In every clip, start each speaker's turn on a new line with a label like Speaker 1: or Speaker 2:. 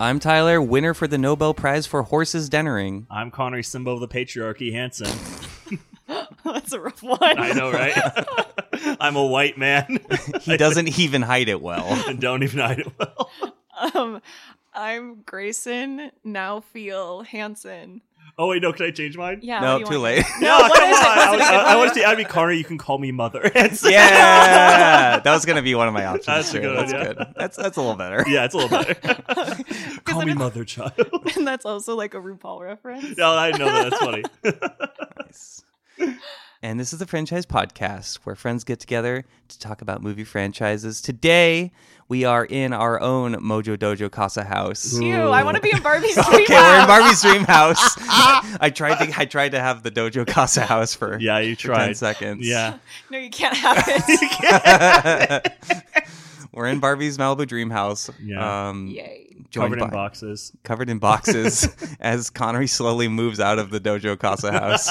Speaker 1: I'm Tyler, winner for the Nobel Prize for Horses Dennering.
Speaker 2: I'm Connery, symbol of the patriarchy, Hanson.
Speaker 3: That's a rough one.
Speaker 2: I know, right? I'm a white man
Speaker 1: He doesn't even hide it well.
Speaker 2: and don't even hide it well.
Speaker 3: Um, I'm Grayson. Now feel Hanson.
Speaker 2: Oh wait, no, can I change mine?
Speaker 3: Yeah.
Speaker 1: No,
Speaker 3: what do you
Speaker 1: too
Speaker 3: want?
Speaker 1: late.
Speaker 3: No,
Speaker 2: Ah,
Speaker 3: what
Speaker 2: come
Speaker 3: is it?
Speaker 2: on.
Speaker 3: What's
Speaker 2: I,
Speaker 3: it?
Speaker 2: was- I- I wanted to. I'd be Connery. You can call me mother. It's-
Speaker 1: Yeah, that was gonna be one of my options.
Speaker 2: That's a
Speaker 1: too.
Speaker 2: good
Speaker 1: that's
Speaker 2: idea.
Speaker 1: good. That's that's a little better.
Speaker 2: yeah, it's a little better. call
Speaker 3: then
Speaker 2: me
Speaker 3: it's-
Speaker 2: mother, child.
Speaker 3: And that's also like a RuPaul reference.
Speaker 2: no, I know that. That's funny.
Speaker 1: Nice. And this is the Franchise Podcast, where friends get together to talk about movie franchises. Today, we are in our own Mojo Dojo Casa house.
Speaker 3: Ew, I want to be in Barbie's dream
Speaker 1: Okay, we're in
Speaker 3: house.
Speaker 1: Barbie's dream house. I tried to I tried to have the Dojo Casa house for
Speaker 2: Yeah, you
Speaker 1: ten
Speaker 2: tried.
Speaker 1: seconds.
Speaker 2: Yeah.
Speaker 3: no, you can't have it.
Speaker 1: we're in Barbie's Malibu dream house.
Speaker 2: Yeah.
Speaker 1: um,
Speaker 3: Yay.
Speaker 1: joined
Speaker 2: Covered in
Speaker 1: by-
Speaker 2: boxes.
Speaker 1: covered in boxes as Connery slowly moves out of the Dojo Casa house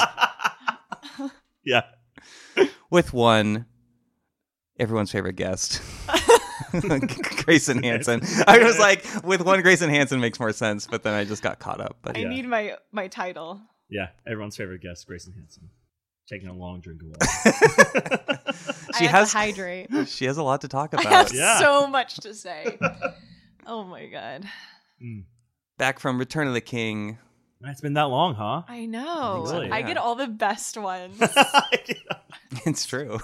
Speaker 2: Yeah.
Speaker 1: with one everyone's favorite guest. Grayson Hanson. I was like, with one Grayson Hanson makes more sense, but then I just got caught up. But
Speaker 3: I
Speaker 2: Yeah.
Speaker 3: need my my title.
Speaker 2: Yeah. Everyone's favorite guest, Grayson Hanson. Taking a long drink of water.
Speaker 1: she
Speaker 3: I have
Speaker 1: has
Speaker 3: to hydrate.
Speaker 1: she has a lot to talk
Speaker 3: I
Speaker 1: about.
Speaker 3: have
Speaker 2: Yeah.
Speaker 3: so much to say. oh my god.
Speaker 2: Mm.
Speaker 1: Back from Return of the King.
Speaker 2: It's been that long, huh?
Speaker 3: I know.
Speaker 1: I
Speaker 3: I,
Speaker 1: think so, yeah.
Speaker 3: get all the best ones.
Speaker 1: It's true.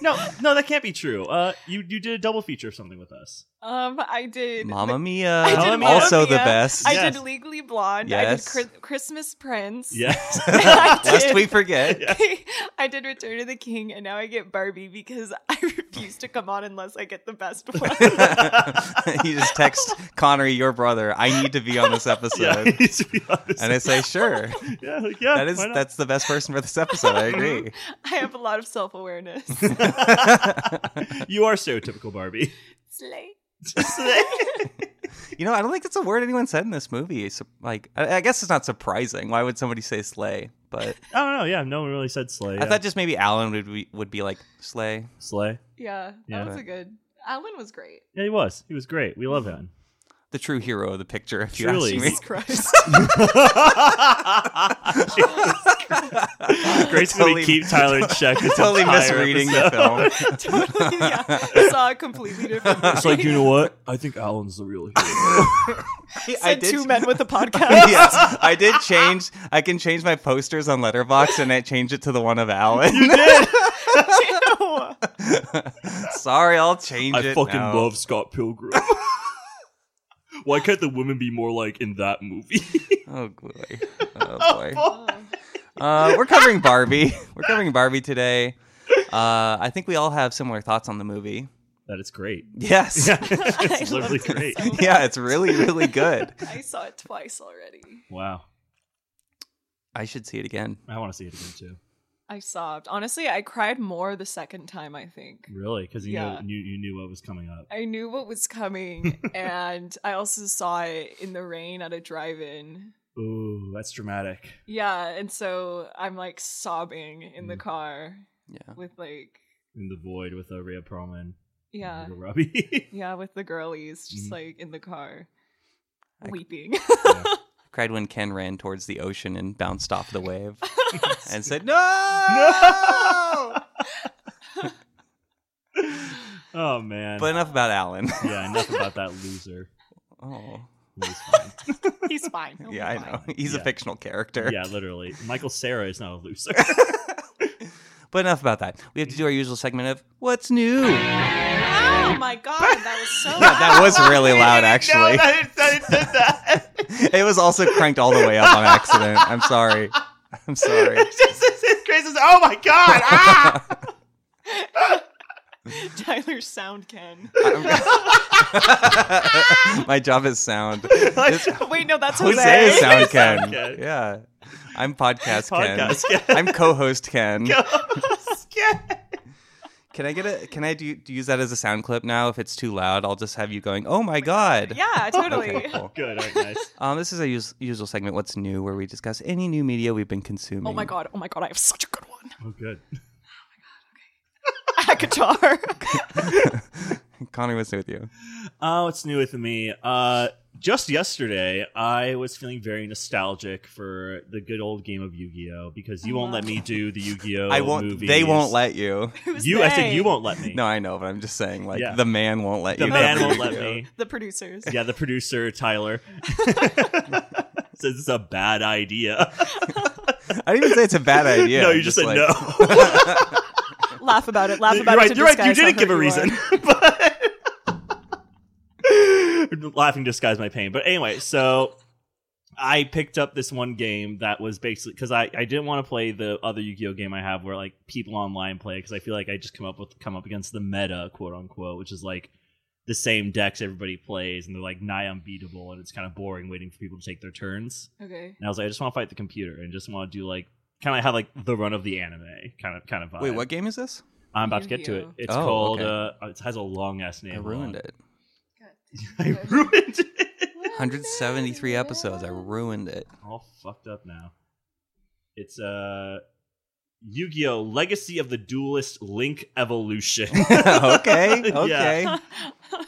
Speaker 2: no, no, that can't be true. Uh, you you did a double feature of something with us.
Speaker 3: um, I did.
Speaker 1: Mamma Mia.
Speaker 3: I did
Speaker 2: Mamma Mia.
Speaker 1: also the
Speaker 3: Mia.
Speaker 1: best.
Speaker 3: I
Speaker 2: Yes.
Speaker 3: did Legally Blonde.
Speaker 1: Yes.
Speaker 3: I did Chri- Christmas Prince.
Speaker 2: Yes.
Speaker 3: I did.
Speaker 1: Lest we forget.
Speaker 3: I did Return of the King, and now I get Barbie because I refuse to come on unless I get the best one.
Speaker 1: you just text Connery, your brother, I need to be on this
Speaker 2: yeah.
Speaker 1: episode.
Speaker 2: to be honest.
Speaker 1: And I say, sure.
Speaker 2: yeah, like, yeah.
Speaker 1: That is
Speaker 2: why not?
Speaker 1: that's the best person for this episode. I agree.
Speaker 3: I have a lot of self awareness.
Speaker 2: Mm-hmm. you are stereotypical Barbie.
Speaker 3: Slay.
Speaker 1: You know, I don't think that's a word anyone said in this movie. It's, like, I, I guess it's not surprising. Why would somebody say sleigh? But
Speaker 2: I don't know. Yeah, no one really said sleigh.
Speaker 1: I thought just maybe Alan would be, would be like sleigh.
Speaker 2: sleigh.
Speaker 3: Yeah, that
Speaker 2: Yeah.
Speaker 3: was a good. Alan was great.
Speaker 2: Yeah, he was. He was great. We love him.
Speaker 1: The true hero of the picture, if
Speaker 2: Truly.
Speaker 1: you ask me.
Speaker 3: Jesus Christ.
Speaker 2: Grace
Speaker 1: Totally-
Speaker 2: totally, keep Tyler in check. This
Speaker 1: Totally
Speaker 2: entire
Speaker 1: misreading
Speaker 2: episode.
Speaker 1: the film.
Speaker 3: totally, yeah. Saw a completely different.
Speaker 2: It's like you know what? I think Alan's the real hero.
Speaker 1: I
Speaker 3: Said
Speaker 1: did.
Speaker 3: two men with a podcast.
Speaker 1: yes, I did change. I can change my posters on Letterbox, and I changed it to the one of Alan.
Speaker 3: Ew.
Speaker 1: Sorry, I'll change it. now.
Speaker 2: Scott Pilgrim. Why can't the women be more like in that movie?
Speaker 1: Oh boy. Oh boy. Uh, we're covering Barbie. We're covering Barbie today. Uh, I think we all have similar thoughts on the movie.
Speaker 2: that is great.
Speaker 1: Yes. Yeah,
Speaker 2: it's
Speaker 3: I
Speaker 2: literally
Speaker 3: loved it
Speaker 2: great.
Speaker 3: so much.
Speaker 1: it's really, really good.
Speaker 3: I saw it twice already.
Speaker 2: Wow.
Speaker 1: I should see it again.
Speaker 2: I want to see it again too.
Speaker 3: I sobbed. Honestly, I cried more the second time, I think.
Speaker 2: Really? Because you
Speaker 3: Yeah.
Speaker 2: knew you, you knew what was coming up.
Speaker 3: I knew what was coming, and I also saw it in the rain at a drive in.
Speaker 2: Ooh, that's dramatic.
Speaker 3: Yeah, and so I'm like sobbing in the
Speaker 2: Mm.
Speaker 3: car
Speaker 1: Yeah.
Speaker 3: with like,
Speaker 2: In the void with uh, Rhea Perlman.
Speaker 3: yeah,
Speaker 2: And Margot Robbie.
Speaker 3: yeah, with the girlies, just
Speaker 2: Mhm.
Speaker 3: like in the car,
Speaker 1: I-
Speaker 3: weeping.
Speaker 1: I cried when Ken ran towards the ocean and bounced off the wave and said, No!
Speaker 2: no. oh man.
Speaker 1: But enough about Alan.
Speaker 2: yeah, enough about that loser.
Speaker 1: Oh.
Speaker 2: He's fine.
Speaker 3: He's fine. He'll be
Speaker 1: Yeah, I
Speaker 3: fine.
Speaker 1: know. He's a
Speaker 2: Yeah.
Speaker 1: fictional character.
Speaker 2: Yeah, literally. Michael Sarah is not a loser.
Speaker 1: But enough about that. We have to do our usual segment of What's New? Yeah,
Speaker 3: Oh my god, that was so.
Speaker 1: that was really loud, actually. it was also cranked all the way up on accident. I'm sorry. I'm sorry.
Speaker 2: oh my god!
Speaker 3: Tyler Sound Ken.
Speaker 1: I'm- My job is sound. It's-
Speaker 3: Wait, no, that's Jose.
Speaker 1: Jose is sound Ken.
Speaker 2: Sound Ken.
Speaker 1: Yeah. I'm podcast,
Speaker 2: Podcast
Speaker 1: Ken.
Speaker 2: Ken.
Speaker 1: I'm co-host Ken. Can I get a can I do, do use that as a sound clip now if it's too loud? I'll just have you going, "Oh my god."
Speaker 3: Yeah, totally.
Speaker 1: Okay, cool.
Speaker 2: Good, all right, nice.
Speaker 1: Um, this is our us- usual segment, What's New, where we discuss any new media we've been consuming.
Speaker 3: Oh my god, oh my god, I have such a good one.
Speaker 2: Oh, good.
Speaker 3: A guitar.
Speaker 1: Connie, what's new with you?
Speaker 2: Oh, what's new with me? Uh, just yesterday, I was feeling very nostalgic for the good old game of Yu-Gi-Oh because you won't let me do the Yu-Gi-Oh.
Speaker 1: I won't.
Speaker 2: Movies.
Speaker 1: They won't let you.
Speaker 3: Who's
Speaker 2: you. I said
Speaker 3: they?
Speaker 2: you won't let me.
Speaker 1: No, I know, but I'm just saying, like
Speaker 2: Yeah.
Speaker 1: the man won't let
Speaker 2: the
Speaker 1: you.
Speaker 2: man
Speaker 1: do
Speaker 2: won't
Speaker 1: it.
Speaker 2: let me.
Speaker 3: The producers.
Speaker 2: Yeah, the producer Tyler says it's a bad idea.
Speaker 1: I didn't even say it's a bad idea.
Speaker 2: no,
Speaker 1: I'm
Speaker 2: you just, said
Speaker 1: like,
Speaker 2: no.
Speaker 3: laugh about it. Laugh
Speaker 2: You're
Speaker 3: about it.
Speaker 2: right.
Speaker 3: to
Speaker 2: You're right. You
Speaker 3: disguise how
Speaker 2: didn't give a
Speaker 3: hurt you
Speaker 2: reason,
Speaker 3: are.
Speaker 2: but laughing disguised my pain. But anyway, so I picked up this one game that was basically because I, I didn't want to play the other Yu-Gi-Oh game I have where like people online play because I feel like I just come up with come up against the meta quote unquote, which is like the same decks everybody plays and they're like nigh unbeatable and it's kind of boring waiting for people to take their turns.
Speaker 3: Okay.
Speaker 2: And I was like, I just want to fight the computer and just want to do like kind of have like the run of the anime kind of kind of vibe.
Speaker 1: Wait, what game is this?
Speaker 2: I'm about to get to it.
Speaker 3: Yu-Gi-Oh.
Speaker 2: It's
Speaker 1: Oh,
Speaker 2: called.
Speaker 1: okay.
Speaker 2: Uh, it has a long ass name.
Speaker 1: I ruined it.
Speaker 2: I ruined it.
Speaker 1: 173 episodes. I ruined it.
Speaker 2: All fucked up now. It's uh, Yu-Gi-Oh! Legacy of the Duelist Link Evolution.
Speaker 1: okay.
Speaker 2: Yeah.
Speaker 1: Okay.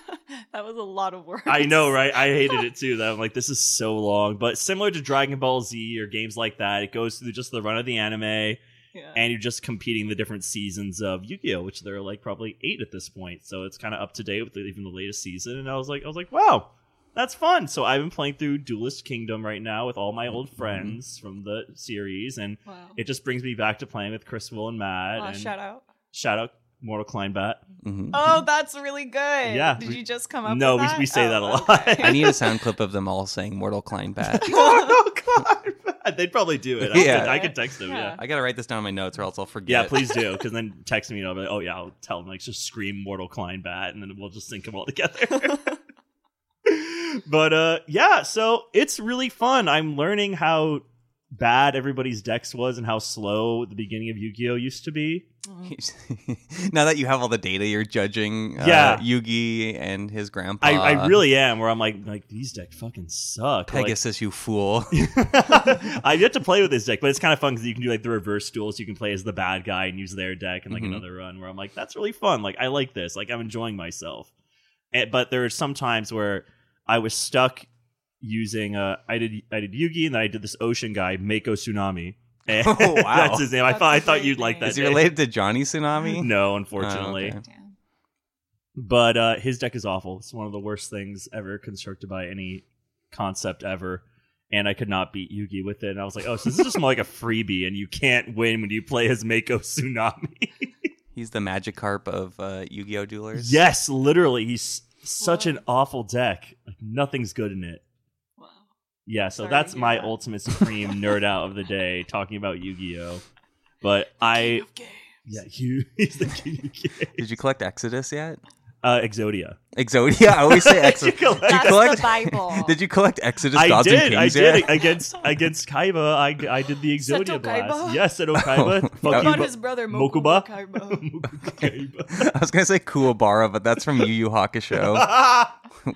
Speaker 3: that was a lot of work.
Speaker 2: I know, right? I hated it too. That I'm like, this is so long. But similar to Dragon Ball Z or games like that, it goes through just the run of the anime,
Speaker 3: Yeah.
Speaker 2: and you're just competing the different seasons of Yu-Gi-Oh, which there are like probably eight at this point. So it's kind of up to date with even the latest season. And I was like, I was like, wow, that's fun. So I've been playing through Duelist Kingdom right now with all my
Speaker 1: Mm-hmm.
Speaker 2: old friends from the series, and
Speaker 3: wow.
Speaker 2: it just brings me back to playing with Chris, Will, and Matt.
Speaker 3: Aw,
Speaker 2: and
Speaker 3: shout out.
Speaker 2: shout out Mortal Kleinbat.
Speaker 1: Mhm.
Speaker 3: Oh, that's really good.
Speaker 2: Yeah,
Speaker 3: Did
Speaker 2: we-
Speaker 3: you just come up?
Speaker 2: No,
Speaker 3: with
Speaker 2: we-
Speaker 3: that?
Speaker 2: we say
Speaker 3: Oh,
Speaker 2: that a lot.
Speaker 3: okay.
Speaker 1: I need a sound clip of them all saying "Mortal Klein Bat."
Speaker 2: Mortal Kleinbat. They'd probably do it. I,
Speaker 1: Yeah.
Speaker 2: could, I could text them. Yeah.
Speaker 1: I gotta write this down in my notes, or else I'll forget.
Speaker 2: Yeah, please do, because then text me and I'll be like, "Oh yeah, I'll tell them like just scream Mortal Kleinbat, and then we'll just sync them all together." but uh yeah so it's really fun i'm learning how bad everyboys decks was and how slow the beginning of yu-gi-oh used to be
Speaker 3: Mm.
Speaker 1: now that you have all the data, you're judging uh,
Speaker 2: Yeah.
Speaker 1: Yugi and his grandpa.
Speaker 2: i, I really am where i'm like like these decks fucking suck Like,
Speaker 1: Pegasus, you fool.
Speaker 2: i get to play with this deck but it's kind of fun because you can do like the reverse duels you can play as the bad guy and use their deck and like
Speaker 1: Mhm.
Speaker 2: another run where i'm like that's really fun like i like this like i'm enjoying myself And- but there are some times where i was stuck using uh i did i did yugi and then i did this ocean guy mako tsunami And
Speaker 1: Oh, wow.
Speaker 2: that's his name i
Speaker 3: That's
Speaker 2: thought i
Speaker 3: his
Speaker 2: thought
Speaker 3: great
Speaker 2: you'd like
Speaker 3: name.
Speaker 2: that
Speaker 1: Is he
Speaker 2: name.
Speaker 1: related to Johnny Tsunami?
Speaker 2: no unfortunately
Speaker 1: Oh, okay.
Speaker 3: Damn.
Speaker 2: but uh, his deck is awful. It's one of the worst things ever constructed by any concept ever. And I could not beat Yugi with it. And I was like, oh, so this is just more like a freebie, and you can't win when you play as Mako Tsunami.
Speaker 1: He's the Magikarp of uh, Yu-Gi-Oh! Duelers.
Speaker 2: yes, literally. He's such an awful deck. Like, nothing's good in it.
Speaker 3: Wow.
Speaker 2: Yeah, so
Speaker 3: Sorry to
Speaker 2: that's
Speaker 3: hear
Speaker 2: my
Speaker 3: that.
Speaker 2: ultimate supreme nerd out of the day, talking about Yu Gi Oh! But I.
Speaker 3: Okay.
Speaker 2: Yeah, you, he's the king of games.
Speaker 1: Did you collect Exodus yet?
Speaker 2: Uh, Exodia.
Speaker 1: Exodia. I always say
Speaker 2: You
Speaker 1: Exodus.
Speaker 2: collect-
Speaker 3: That's
Speaker 1: collect-
Speaker 3: the Bible.
Speaker 1: Did you collect Exodus?
Speaker 2: I
Speaker 1: Gods
Speaker 2: did.
Speaker 1: And
Speaker 2: I
Speaker 1: Kings
Speaker 2: did
Speaker 1: yet?
Speaker 2: against against Kaiba. I, I did the
Speaker 3: Seto
Speaker 2: Exodia
Speaker 3: Kaiba?
Speaker 2: blast. Yes, at
Speaker 1: Oh,
Speaker 2: Okaiba.
Speaker 1: no.
Speaker 2: Fuck you,
Speaker 3: About
Speaker 1: Kaiba.
Speaker 3: his brother
Speaker 2: Mokuba?
Speaker 3: Mokuba. Kaiba.
Speaker 2: but- Kaiba.
Speaker 1: I was gonna say Kuwabara, but that's from Yu Yu Hakusho,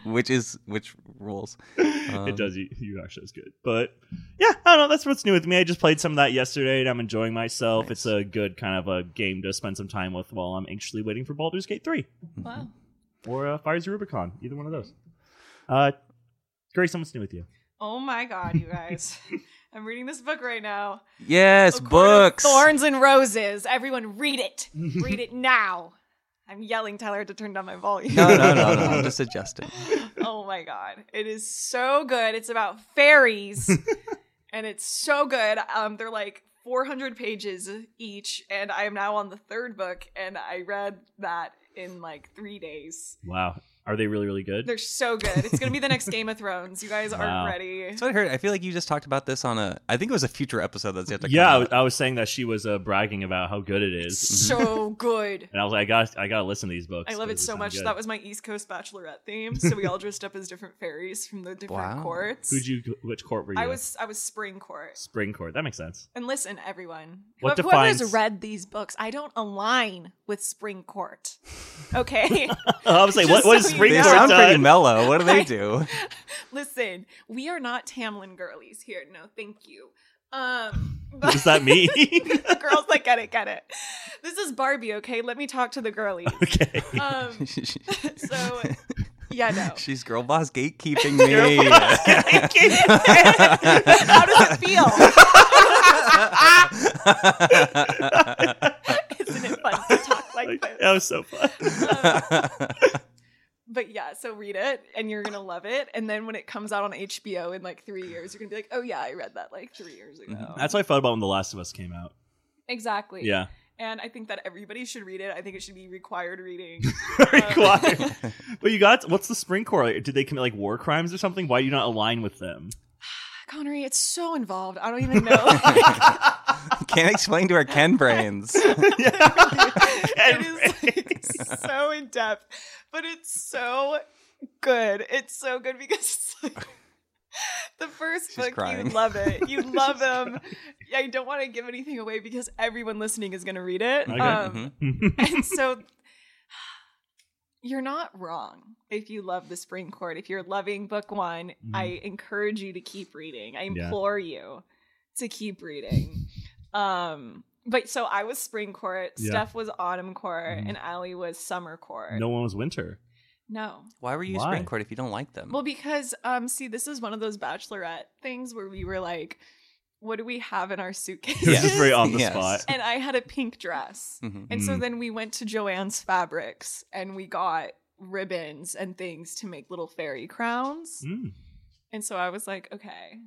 Speaker 1: which is which rules. Um,
Speaker 2: it does. You, you actually is good, but yeah, I don't know. That's what's new with me. I just played some of that yesterday, and I'm enjoying myself. It's a good kind of a game to spend some time with while I'm anxiously waiting for Baldur's Gate three
Speaker 3: wow.
Speaker 2: or uh, Fires of Rubicon. Either one of those. Uh, Grace, what's new with you?
Speaker 3: Oh my god, you guys. I'm reading this book right now.
Speaker 1: Yes,
Speaker 3: A Court of
Speaker 1: books.
Speaker 3: Thorns and Roses. Everyone read it. read it now. I'm yelling Tyler to turn down my volume.
Speaker 1: No, no, no, no. I'm just adjusting.
Speaker 3: oh my god. It is so good. It's about fairies. and it's so good. Um they're like 400 pages each and I am now on the third book and I read that in like 3 days.
Speaker 2: Wow, are they really really good?
Speaker 3: They're so good. It's going to be the next Game of Thrones. You guys
Speaker 2: Wow.
Speaker 3: aren't ready.
Speaker 1: That's what I heard. I feel like you just talked about this on a. I think it was a future episode that's yet to come.
Speaker 2: yeah, I was,
Speaker 1: out.
Speaker 2: I was saying that she was uh, bragging about how good it is.
Speaker 1: Mm-hmm.
Speaker 3: So good.
Speaker 2: And I was like, I got, I gotta listen to these books.
Speaker 3: I love it so much. That was my East Coast Bachelorette theme. So we all dressed up as different fairies from the different
Speaker 1: Wow.
Speaker 3: courts.
Speaker 2: Who'd you? Which court were you?
Speaker 3: I
Speaker 2: in?
Speaker 3: was I was spring court.
Speaker 2: spring court. That makes sense.
Speaker 3: And listen, everyone.
Speaker 2: What
Speaker 3: who- whoever has
Speaker 2: defines-
Speaker 3: read these books, I don't align with spring court. Okay.
Speaker 2: I was like,
Speaker 3: Just
Speaker 2: what? What
Speaker 3: so
Speaker 2: is
Speaker 3: you
Speaker 2: spring
Speaker 1: They
Speaker 3: know.
Speaker 2: court?
Speaker 1: sound pretty
Speaker 2: done?
Speaker 1: mellow. What do they
Speaker 3: I-
Speaker 1: do?
Speaker 3: listen, we are not Tamlin girlies here. No, thank you. Um but-
Speaker 2: What does that mean?
Speaker 3: the girls like get it, get it. This is Barbie, okay? Let me talk to the girlies.
Speaker 2: okay.
Speaker 3: Um so Yeah, no.
Speaker 1: She's girl boss gatekeeping
Speaker 2: Girl
Speaker 1: me.
Speaker 2: boss gatekeeping.
Speaker 3: How does it feel? Isn't it fun to talk like
Speaker 2: Like,
Speaker 3: this?
Speaker 2: that was so fun.
Speaker 3: But yeah, so read it and you're gonna love it. And then when it comes out on HBO in like three years, you're gonna be like, oh yeah, I read that like three years ago.
Speaker 1: Mhm.
Speaker 2: That's what I thought about when The Last of Us came out.
Speaker 3: exactly.
Speaker 2: Mm-hmm. Yeah.
Speaker 3: And I think that everybody should read it. I think it should be required reading. Uh,
Speaker 2: Required. but you got what's the spring correlate? Did they commit like war crimes or something? Why do you not align with them?
Speaker 3: Connery, it's so involved. I don't even know.
Speaker 1: Can't explain to her Ken brains.
Speaker 3: it is like, so in depth, but it's so good. It's so good because it's like the first
Speaker 1: She's
Speaker 3: book,
Speaker 1: crying.
Speaker 3: you love it. You love them. I don't want to give anything away because everyone listening is going to read it.
Speaker 2: Okay.
Speaker 1: Mm-hmm.
Speaker 3: Um, and so you're not wrong if you love the Spring Court. If you're loving book one,
Speaker 2: Mhm.
Speaker 3: I encourage you to keep reading. I
Speaker 2: Yeah.
Speaker 3: implore you to keep reading. Um, but so I was Spring Court,
Speaker 2: Yeah.
Speaker 3: Steph was Autumn Court,
Speaker 2: Mhm.
Speaker 3: and Allie was Summer Court.
Speaker 2: no one was winter.
Speaker 3: No.
Speaker 1: Why were you
Speaker 2: Why?
Speaker 1: spring court if you don't like them?
Speaker 3: Well, because um, see, this is one of those bachelorette things where we were like, what do we have in our
Speaker 2: It was
Speaker 3: suitcases?
Speaker 2: just very on the
Speaker 1: Yes.
Speaker 2: spot.
Speaker 3: and I had a pink dress.
Speaker 1: Mhm.
Speaker 3: And so
Speaker 2: Mm.
Speaker 3: then we went to Joanne's Fabrics and we got ribbons and things to make little fairy crowns.
Speaker 2: Mm.
Speaker 3: And so I was like, okay.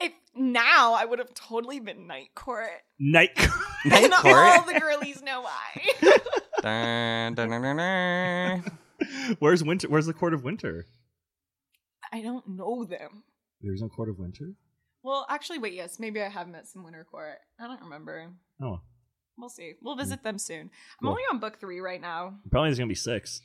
Speaker 3: If now I would have totally been night court.
Speaker 2: Night.
Speaker 1: Night
Speaker 3: and all
Speaker 1: court.
Speaker 3: the girlies know why.
Speaker 1: Dun, dun, dun, dun, dun.
Speaker 2: Where's winter? Where's the court of winter?
Speaker 3: I don't know them.
Speaker 2: There's no court of winter.
Speaker 3: Well, actually, wait, yes, maybe I have met some winter court. I don't remember.
Speaker 2: Oh,
Speaker 3: We'll see. We'll visit them soon. I'm
Speaker 2: Mm. Cool.
Speaker 3: only on book three right now.
Speaker 2: probably there's gonna be six.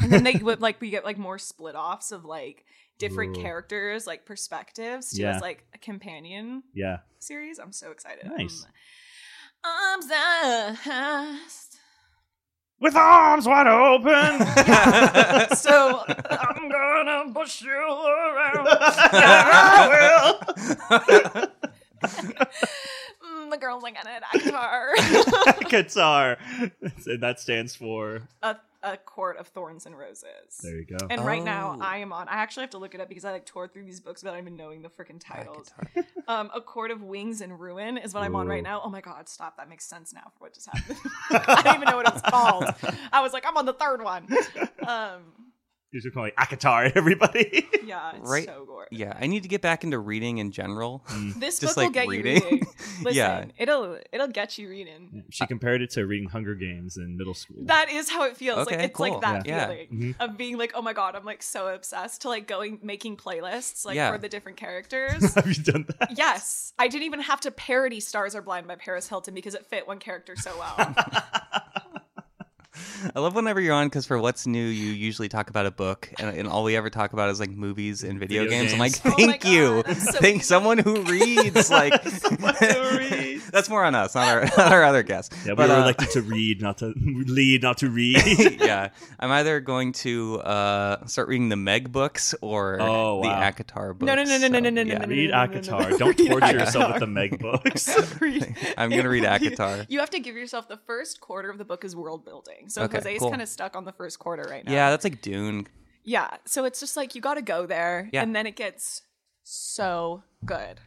Speaker 3: and then they would like we get like more split offs of like different
Speaker 2: Ooh.
Speaker 3: characters like perspectives to
Speaker 2: Yeah.
Speaker 3: as like a companion
Speaker 2: Yeah.
Speaker 3: series i'm so excited Um,
Speaker 2: Nice.
Speaker 3: i'm obsessed
Speaker 2: With arms wide open.
Speaker 3: so i'm gonna push you around
Speaker 2: I will.
Speaker 3: Mm, the girls like an actor
Speaker 2: Guitar. And that stands for.
Speaker 3: a, a court of thorns and roses
Speaker 2: There you go.
Speaker 3: and right now
Speaker 1: Oh.
Speaker 3: i am on i actually have to look it up because i like tore through these books without even knowing the freaking
Speaker 1: Black
Speaker 3: titles
Speaker 1: guitar.
Speaker 3: Um, a Court of Wings and Ruin is what I'm on
Speaker 2: Ooh.
Speaker 3: right now. Oh my god, stop! That makes sense now for what just happened. I don't even know what it's called. I was like, I'm on the third one. Um,
Speaker 2: These are calling Akatar, everybody.
Speaker 3: yeah, it's
Speaker 1: Right.
Speaker 3: so gorgeous.
Speaker 1: Yeah, I need to get back into reading in general.
Speaker 3: This
Speaker 1: Just
Speaker 3: book will
Speaker 1: like
Speaker 3: get
Speaker 1: reading.
Speaker 3: you reading. Listen,
Speaker 1: Yeah.
Speaker 3: it'll it'll get you reading.
Speaker 2: she compared it to reading Hunger Games in middle school.
Speaker 3: That is how it feels.
Speaker 1: Okay,
Speaker 3: like it's
Speaker 1: cool.
Speaker 3: like that
Speaker 1: Yeah.
Speaker 3: feeling
Speaker 2: Mhm.
Speaker 3: of being like, oh my god, I'm like so obsessed to like going making playlists like
Speaker 1: Yeah.
Speaker 3: for the different characters.
Speaker 2: Have you done that?
Speaker 3: yes, I didn't even have to parody "Stars Are Blind" by Paris Hilton because it fit one character so well. Oh
Speaker 1: I love whenever you're on because for what's new, you usually talk about a book, and, and all we ever talk about is like movies and video,
Speaker 2: Video
Speaker 1: games. I'm like,
Speaker 2: games.
Speaker 3: Oh my
Speaker 1: thank you,
Speaker 3: God, I'm so
Speaker 1: thank
Speaker 3: weak.
Speaker 1: someone who reads. Like,
Speaker 2: who reads.
Speaker 1: that's more on us, not our not our other guests.
Speaker 2: Yeah, we
Speaker 1: But,
Speaker 2: were
Speaker 1: uh,
Speaker 2: elected to read, not to lead, not to read.
Speaker 1: yeah, I'm either going to uh, start reading the Meg books or
Speaker 2: Oh,
Speaker 1: the
Speaker 2: wow.
Speaker 1: Akatar books.
Speaker 3: No, no, no, no, no,
Speaker 1: so,
Speaker 3: no, no,
Speaker 1: yeah.
Speaker 3: no, no.
Speaker 2: read Akatar. Don't
Speaker 3: Read
Speaker 2: torture
Speaker 3: Akatar.
Speaker 2: yourself with the Meg books.
Speaker 1: I'm gonna read
Speaker 3: It will be-
Speaker 1: Akatar.
Speaker 3: You have to give yourself the first quarter of the book is world building. So
Speaker 1: Okay,
Speaker 3: Jose's
Speaker 1: cool.
Speaker 3: kind of stuck on the first quarter right now.
Speaker 1: Yeah, that's like Dune.
Speaker 3: Yeah. So it's just like you got to go there
Speaker 1: Yeah.
Speaker 3: and then it gets so good.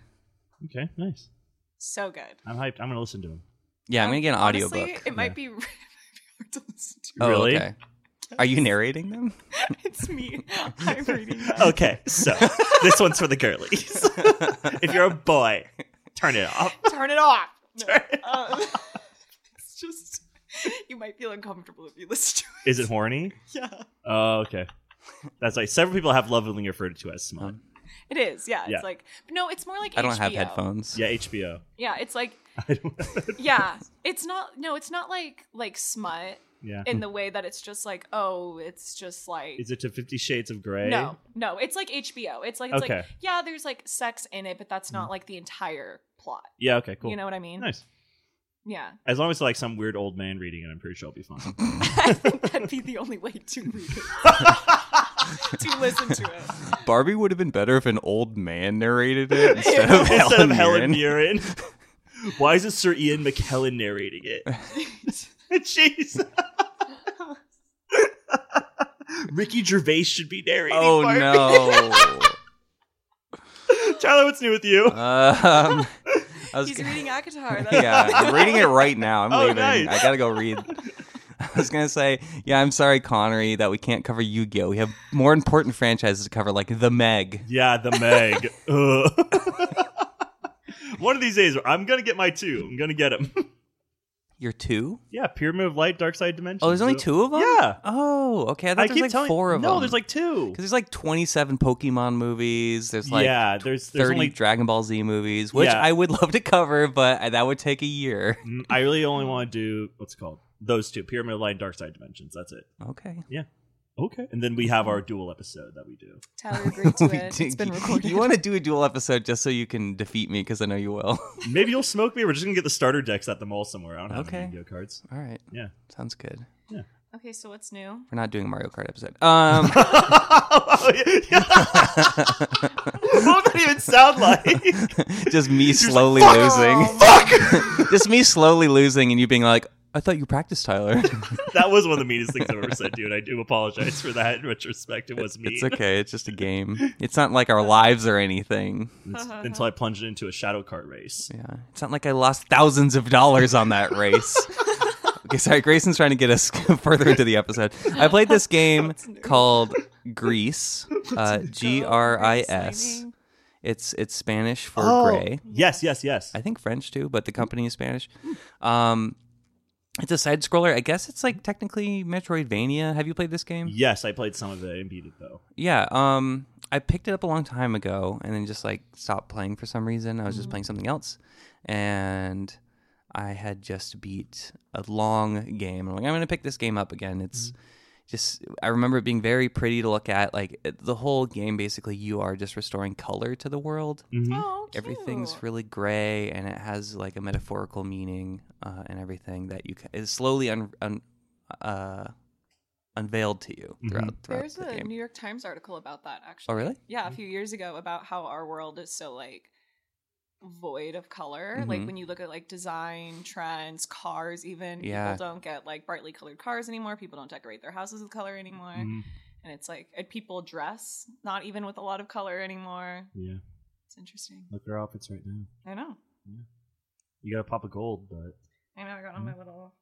Speaker 2: okay, nice.
Speaker 3: So good.
Speaker 2: I'm hyped. I'm gonna listen to him.
Speaker 1: Yeah, I'm gonna get an
Speaker 3: Honestly,
Speaker 1: audiobook.
Speaker 3: It might
Speaker 2: Yeah.
Speaker 3: be it might be hard to listen to.
Speaker 1: Oh,
Speaker 2: Really?
Speaker 1: okay. Are you narrating them?
Speaker 3: It's me. I'm reading that.
Speaker 2: Okay, so this one's for the girlies. if you're a boy, turn it off.
Speaker 3: Turn it off. No,
Speaker 2: Turn it
Speaker 3: um, it's just you might feel uncomfortable if you listen to
Speaker 2: Is it horny?
Speaker 3: it. Yeah.
Speaker 2: Oh, okay. That's like several people have lovingly referred to as smut.
Speaker 1: Um,
Speaker 3: It is. Yeah.
Speaker 2: Yeah.
Speaker 3: It's like no, it's more like
Speaker 1: I don't have
Speaker 3: HBO.
Speaker 1: headphones.
Speaker 2: Yeah, HBO.
Speaker 3: Yeah, it's like
Speaker 2: I don't have it.
Speaker 3: yeah it's not no it's not like like smut
Speaker 2: Yeah.
Speaker 3: in the way that it's just like oh it's just like
Speaker 2: Is it to Fifty Shades of Grey?
Speaker 3: no no it's like hbo it's like it's
Speaker 2: Okay.
Speaker 3: like yeah there's like sex in it but that's not like the entire plot
Speaker 2: Yeah. Okay. Cool.
Speaker 3: you know what i mean
Speaker 2: Nice.
Speaker 3: yeah
Speaker 2: As long as it's like some weird old man reading it, I'm pretty sure I'll be fine.
Speaker 3: i think that'd be the only way to read it to listen to it
Speaker 1: Barbie would have been better if an old man narrated it instead of
Speaker 2: Instead
Speaker 1: Helen,
Speaker 2: of Helen
Speaker 1: Mirren.
Speaker 2: Mirren. Why is it Sir Ian McKellen narrating it? Jeez. Ricky Gervais should be narrating.
Speaker 1: Oh
Speaker 2: Barbie.
Speaker 1: no.
Speaker 2: Tyler, what's new with you?
Speaker 1: Um, I was
Speaker 3: He's
Speaker 1: gonna-
Speaker 3: reading Akatar. that's
Speaker 1: yeah,
Speaker 3: all.
Speaker 1: I'm reading it right now. I'm
Speaker 2: Oh,
Speaker 1: leaving.
Speaker 2: nice.
Speaker 1: I gotta go read. I was gonna say, yeah, I'm sorry, Connery, that we can't cover Yu-Gi-Oh. We have more important franchises to cover, like The Meg.
Speaker 2: Yeah, the Meg. Ugh. One of these days, I'm gonna get my two. I'm gonna get them.
Speaker 1: You're two?
Speaker 2: yeah, Pyramid of Light, Dark Side Dimension.
Speaker 1: Oh, there's only two of them.
Speaker 2: Yeah.
Speaker 1: Oh, okay. I thought
Speaker 2: I
Speaker 1: there's
Speaker 2: keep
Speaker 1: like
Speaker 2: telling
Speaker 1: four of
Speaker 2: no,
Speaker 1: them.
Speaker 2: there's like two.
Speaker 1: because there's like 27 Pokemon movies. There's like
Speaker 2: yeah, there's there's
Speaker 1: 30
Speaker 2: only.
Speaker 1: Dragon Ball Z movies, which
Speaker 2: Yeah.
Speaker 1: I would love to cover, but that would take a year.
Speaker 2: Mm, I really only want to do what's it called those two: Pyramid of Light, and Dark Side Dimensions. That's it.
Speaker 1: Okay.
Speaker 2: Okay, and then we have our dual episode that we do.
Speaker 3: Tyler agreed to
Speaker 1: We
Speaker 3: it.
Speaker 1: do-
Speaker 3: it's been
Speaker 1: you-
Speaker 3: recorded.
Speaker 1: You want to do a dual episode just so you can defeat me because I know you will.
Speaker 2: Maybe you'll smoke me. We're just gonna get the starter decks at the mall somewhere. I don't have
Speaker 1: Okay.
Speaker 2: any yu cards.
Speaker 1: All right.
Speaker 2: Yeah.
Speaker 1: Sounds good.
Speaker 3: okay, so what's new?
Speaker 1: We're not doing a Mario Kart episode. Um,
Speaker 2: Oh, yeah, yeah. what would that even sound like?
Speaker 1: just me slowly losing. just me slowly losing, and you being like, "I thought you practiced, Tyler."
Speaker 2: that was one of the meanest things I've ever said, dude. I do apologize for that. In retrospect, it was me.
Speaker 1: it's okay. It's just a game. It's not like our lives or anything.
Speaker 2: It's- Until I plunged into a shadow cart race.
Speaker 1: Yeah. It's not like I lost thousands of dollars on that race. okay, sorry. Grayson's trying to get us further into the episode. I played this game called Grease. Uh, G R I S. It's it's Spanish for gray.
Speaker 2: Yes, yes, yes.
Speaker 1: I think French too, but the company is Spanish. Um, it's a side scroller. I guess it's like technically Metroidvania. Have you played this game?
Speaker 2: Yes, I played some of it and beat it though.
Speaker 1: Yeah. Um, I picked it up a long time ago and then just like stopped playing for some reason. I was
Speaker 3: Mm-hmm.
Speaker 1: just playing something else, and I had just beat a long game. I'm like, I'm gonna pick this game up again. It's
Speaker 3: Mm-hmm.
Speaker 1: just I remember it being very pretty to look at. Like it- the whole game, basically, you are just restoring color to the world.
Speaker 2: Mhm.
Speaker 3: Oh, cute.
Speaker 1: Hmm? Everything's really gray, and it has like a metaphorical meaning uh, and everything that you ca is slowly un- un- uh, unveiled to you
Speaker 2: Mhm.
Speaker 1: throughout, throughout
Speaker 3: Mm-hmm. There's
Speaker 1: the
Speaker 3: a
Speaker 1: game.
Speaker 3: New York Times article about that actually.
Speaker 1: oh, really?
Speaker 3: Yeah, a few years ago about how our world is so like void of color.
Speaker 1: Mhm.
Speaker 3: Like when you look at like design trends, cars, even
Speaker 1: Yeah.
Speaker 3: people don't get like brightly colored cars anymore. People don't decorate their houses with color anymore,
Speaker 2: Mhm.
Speaker 3: and it's like and people dress not even with a lot of color anymore.
Speaker 2: Yeah,
Speaker 3: It's interesting.
Speaker 2: look at our outfits right now.
Speaker 3: I know.
Speaker 2: You got to pop a gold, but
Speaker 3: I know. I got on my little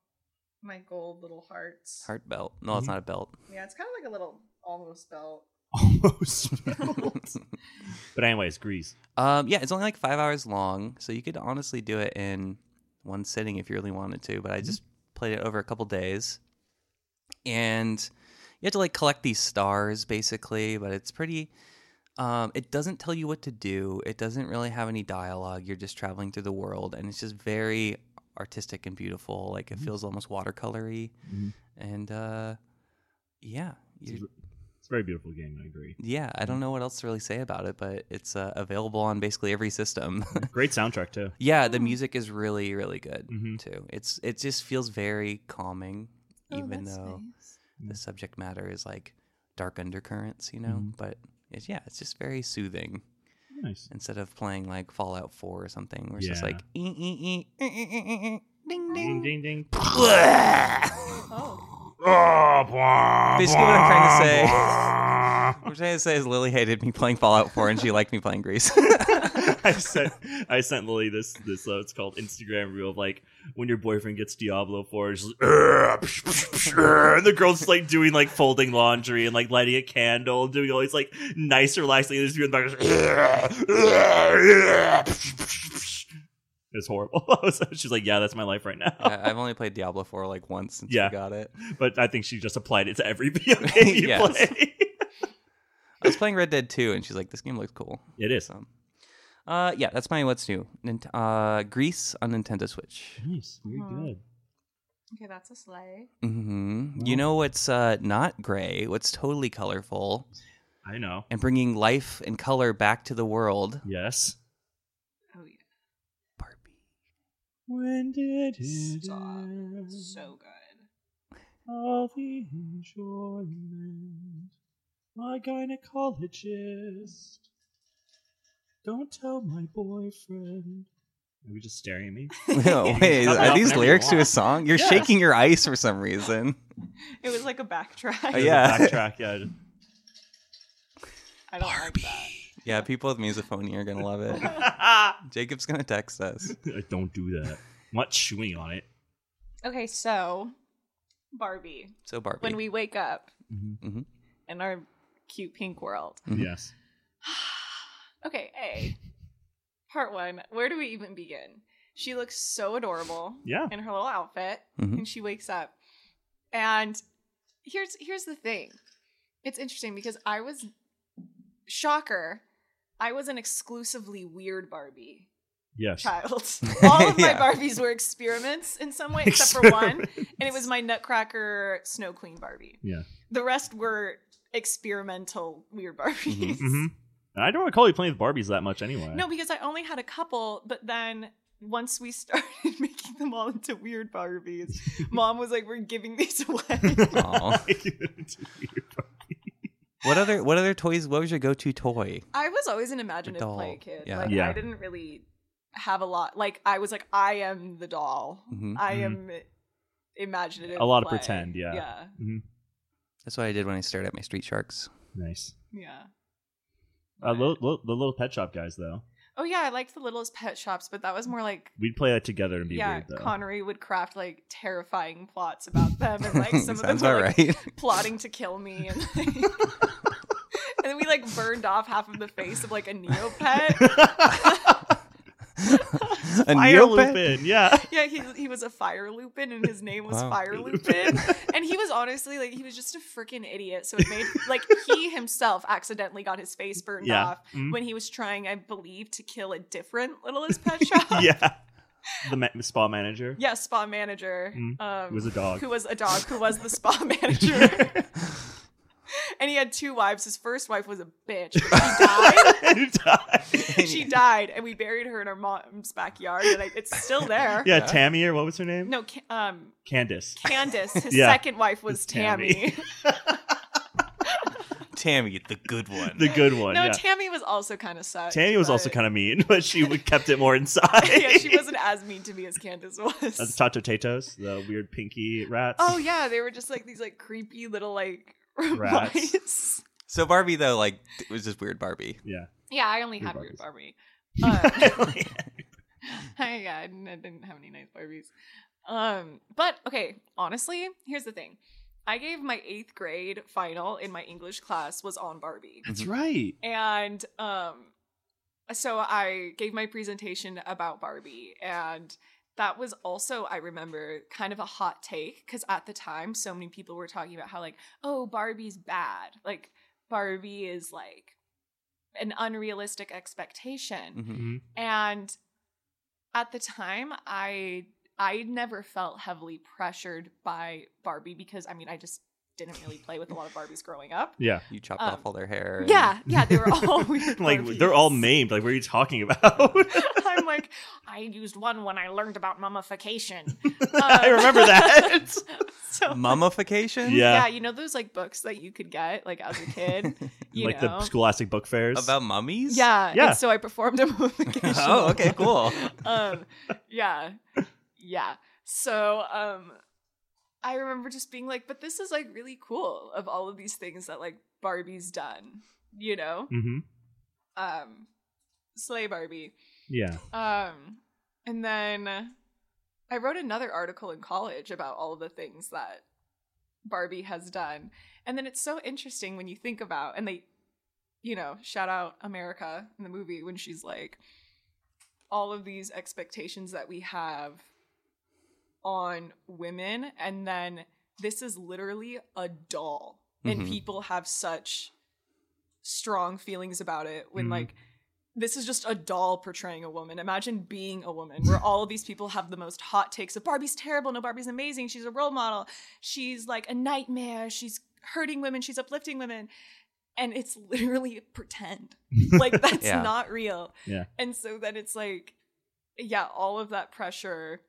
Speaker 3: my gold little hearts.
Speaker 1: Mm-hmm. Heart belt. No, it's
Speaker 2: Mhm.
Speaker 1: not a belt.
Speaker 3: Yeah, it's kind of like a little almost belt.
Speaker 2: almost.
Speaker 1: Oh,
Speaker 2: but anyways, Grease.
Speaker 1: um, yeah, it's only like five hours long, so you could honestly do it in one sitting if you really wanted to. But I just played it over a couple days, and you have to like collect these stars basically. But it's pretty. Um, it doesn't tell you what to do. It doesn't really have any dialogue. You're just traveling through the world, and it's just very artistic and beautiful. Like it
Speaker 2: Mhm.
Speaker 1: feels almost watercolory,
Speaker 2: Mhm.
Speaker 1: and uh, yeah,
Speaker 2: It's
Speaker 1: you're-
Speaker 2: a- it's a very beautiful game. I agree.
Speaker 1: Yeah, I
Speaker 2: Mm.
Speaker 1: don't know what else to really say about it, but it's uh, available on basically every system.
Speaker 2: Great soundtrack too.
Speaker 1: yeah, the
Speaker 3: Hmm.
Speaker 1: music is really, really good
Speaker 2: Mhm.
Speaker 1: too. It's it just feels very calming,
Speaker 3: Oh,
Speaker 1: even though the
Speaker 2: Oh, nice.
Speaker 1: subject matter is like dark undercurrents, you know.
Speaker 2: Mhm.
Speaker 1: But it's yeah, it's just very soothing
Speaker 2: Nice.
Speaker 1: instead of playing like Fallout Four or something, where it's just
Speaker 2: Yeah.
Speaker 1: like "Eh, eh, eh, eh, eh, eh, eh, eh, ding
Speaker 2: Ding
Speaker 1: ding.
Speaker 2: ding ding.
Speaker 3: Oh,
Speaker 1: Basically, what I'm trying to say, what I'm trying to say is Lily hated me playing Fallout Four, and she liked me playing Grease.
Speaker 2: I sent I sent Lily this this uh, it's called Instagram reel of like when your boyfriend gets Diablo four, it's just, "Urgh, psh, psh, psh, urgh," and the girl's just, like doing like folding laundry and like lighting a candle, doing all these like nice relaxing. Just doing like, "Urgh, urgh, urgh, psh, psh, psh." it's horrible. So She's like, yeah, that's my life right now.
Speaker 1: I- I've only played Diablo 4 like once since I
Speaker 2: Yeah.
Speaker 1: got it.
Speaker 2: But I think she just applied it to every video game you
Speaker 1: Yes.
Speaker 2: play.
Speaker 1: I was playing Red Dead 2 and she's like, this game looks cool.
Speaker 2: it is
Speaker 1: So, uh, yeah, that's my what's new. Nint- uh, Greece on Nintendo Switch.
Speaker 2: nice, very
Speaker 3: Hmm.
Speaker 2: good.
Speaker 3: okay, that's a sleigh.
Speaker 1: hmm You
Speaker 2: Wow.
Speaker 1: know what's uh, not gray, what's totally colorful
Speaker 2: I know.
Speaker 1: and bringing life and color back to the world?
Speaker 2: Yes.
Speaker 3: Oh yeah.
Speaker 1: Barbie.
Speaker 2: When did
Speaker 3: it Stop. so good.
Speaker 2: all the enjoyment. My gynecologist. Don't tell my boyfriend. Are you just staring at me?
Speaker 1: No, wait,
Speaker 2: Cover
Speaker 1: are
Speaker 2: up
Speaker 1: these
Speaker 2: whenever
Speaker 1: lyrics
Speaker 2: you
Speaker 1: to a
Speaker 2: want.
Speaker 1: song? You're
Speaker 2: Yeah.
Speaker 1: shaking your ice for some reason.
Speaker 3: It was like a backtrack.
Speaker 1: Oh, yeah.
Speaker 2: Backtrack. Yeah.
Speaker 3: I don't like that.
Speaker 1: Yeah, people with misophonia are gonna love it.
Speaker 2: I
Speaker 1: Jacob's gonna text us.
Speaker 2: don't do that. I'm not chewing on it.
Speaker 3: Okay, so Barbie,
Speaker 1: So Barbie.
Speaker 3: when we wake up
Speaker 1: Mhm.
Speaker 3: in our cute pink world.
Speaker 1: Mhm.
Speaker 2: Yes.
Speaker 3: okay, A. Part one. Where do we even begin? She looks so adorable
Speaker 2: Yeah. Mm-hmm.
Speaker 3: in her little outfit,
Speaker 1: Mhm.
Speaker 3: and she wakes up. And here's here's the thing. It's interesting because I was shocker. I was an exclusively weird Barbie
Speaker 2: Yes.
Speaker 3: child. All of my
Speaker 1: Yeah.
Speaker 3: Barbies were experiments in some way, except for one, and it was my Nutcracker Snow Queen Barbie.
Speaker 2: Yeah.
Speaker 3: The rest were experimental weird Barbies.
Speaker 2: hmm And I don't recall you playing with Barbies that much anyway.
Speaker 3: No, because I only had a couple, but then once we started making them all into weird Barbies, mom was like, We're giving these away.
Speaker 1: Aw. what other what other toys? What was your go to toy?
Speaker 3: I was always an imaginative
Speaker 1: The doll.
Speaker 3: play kid.
Speaker 1: Yeah.
Speaker 3: Like
Speaker 2: Yeah.
Speaker 3: I didn't really have a lot like I was like, I am the doll.
Speaker 1: Mhm.
Speaker 3: I am imaginative.
Speaker 2: Mm-hmm. A lot of
Speaker 3: play.
Speaker 2: pretend, yeah.
Speaker 3: Yeah.
Speaker 1: That's what I did when I stared at my Street Sharks.
Speaker 2: nice.
Speaker 3: Yeah.
Speaker 2: Uh, lo- lo- the little pet shop guys though.
Speaker 3: Oh yeah, I liked the littlest pet shops, but that was more like
Speaker 2: We'd play that together and be
Speaker 3: yeah,
Speaker 2: weird though.
Speaker 3: Connery would craft like terrifying plots about them, and like some of them
Speaker 1: Sounds
Speaker 3: were
Speaker 1: about
Speaker 3: like
Speaker 1: right.
Speaker 3: plotting to kill me, and like, and then we like burned off half of the face of like a Neopet.
Speaker 1: a
Speaker 2: Fire
Speaker 1: Neopet?
Speaker 2: Lupin, yeah.
Speaker 3: Yeah, he he was a Fire Lupin, and his name was
Speaker 1: Wow.
Speaker 3: Fire Lupin, and he was honestly like he was just a freaking idiot. So it made like he himself accidentally got his face burned
Speaker 2: Yeah.
Speaker 3: off
Speaker 2: Mhm.
Speaker 3: when he was trying, I believe, to kill a different Littlest Pet Shop.
Speaker 2: yeah. The ma- spa manager
Speaker 3: Yeah, spa manager.
Speaker 2: Mm.
Speaker 3: Um,
Speaker 2: was a dog.
Speaker 3: who was a dog who was the spa manager. and he had two wives. His first wife was a bitch. She died.
Speaker 2: Who died.
Speaker 3: she died, and we buried her in our mom's backyard. And I, it's still there.
Speaker 2: Yeah, Tammy or what was her name?
Speaker 3: No, Ca- um,
Speaker 2: Candace.
Speaker 3: Candace, his
Speaker 2: Yeah.
Speaker 3: second wife was Tammy.
Speaker 2: Tammy.
Speaker 1: Tammy, the good one.
Speaker 2: The good one.
Speaker 3: no,
Speaker 2: yeah.
Speaker 3: Tammy was also kind of such.
Speaker 2: Tammy was also kind of mean, but she would- kept it more inside.
Speaker 3: yeah, she wasn't as mean to me as Candace was.
Speaker 2: That's Tato Tatos, the weird pinky rats.
Speaker 3: oh yeah, they were just like these like creepy little like
Speaker 2: Rats.
Speaker 3: mice.
Speaker 1: So Barbie though, like it was just weird Barbie.
Speaker 2: yeah.
Speaker 3: Yeah, I only
Speaker 2: Weird
Speaker 3: had weird
Speaker 2: Barbies.
Speaker 3: Barbie. Uh, I, yeah, I didn't, I didn't have any nice Barbies. Um, but okay, honestly, here's the thing. I gave my eighth grade final in my English class was on Barbie.
Speaker 2: That's right.
Speaker 3: And um so I gave my presentation about Barbie and that was also I remember kind of a hot take cuz at the time so many people were talking about how like oh Barbie's bad. Like Barbie is like an unrealistic expectation
Speaker 1: Mhm.
Speaker 2: Mhm.
Speaker 3: and at the time i i never felt heavily pressured by barbie because i mean i just didn't really play with a lot of barbies growing up
Speaker 2: Yeah.
Speaker 1: You chopped
Speaker 3: Um,
Speaker 1: off all their hair. and-
Speaker 3: yeah yeah they were all weird
Speaker 2: like
Speaker 3: Barbies.
Speaker 2: they're all maimed. Like what are you talking about?
Speaker 3: i'm like i used one when i learned about mummification Um,
Speaker 2: I remember that. Mm,
Speaker 3: so
Speaker 1: Mummification.
Speaker 2: Yeah.
Speaker 3: yeah you know those like books that you could get like as a kid you
Speaker 2: like
Speaker 3: know
Speaker 2: the Scholastic book fairs.
Speaker 1: About mummies.
Speaker 3: yeah,
Speaker 2: Yeah.
Speaker 3: and so i performed a mummification
Speaker 1: Oh, okay, cool.
Speaker 3: um yeah yeah so um i remember just being like but this is like really cool of all of these things that like barbie's done you know
Speaker 2: hmm
Speaker 3: um slay barbie
Speaker 2: Yeah.
Speaker 3: um and then i wrote another article in college about all of the things that barbie has done and then it's so interesting when you think about and they you know shout out america in the movie when she's like all of these expectations that we have on women and then this is literally a doll
Speaker 1: Mhm.
Speaker 3: and people have such strong feelings about it when
Speaker 2: Mhm.
Speaker 3: like this is just a doll portraying a woman. Imagine being a woman where all of these people have the most hot takes of Barbie's terrible, no, Barbie's amazing, she's a role model, she's like a nightmare, she's hurting women, she's uplifting women. And it's literally pretend. Like that's
Speaker 1: Yeah.
Speaker 3: not real.
Speaker 2: Yeah.
Speaker 3: And so then it's like, yeah, all of that pressure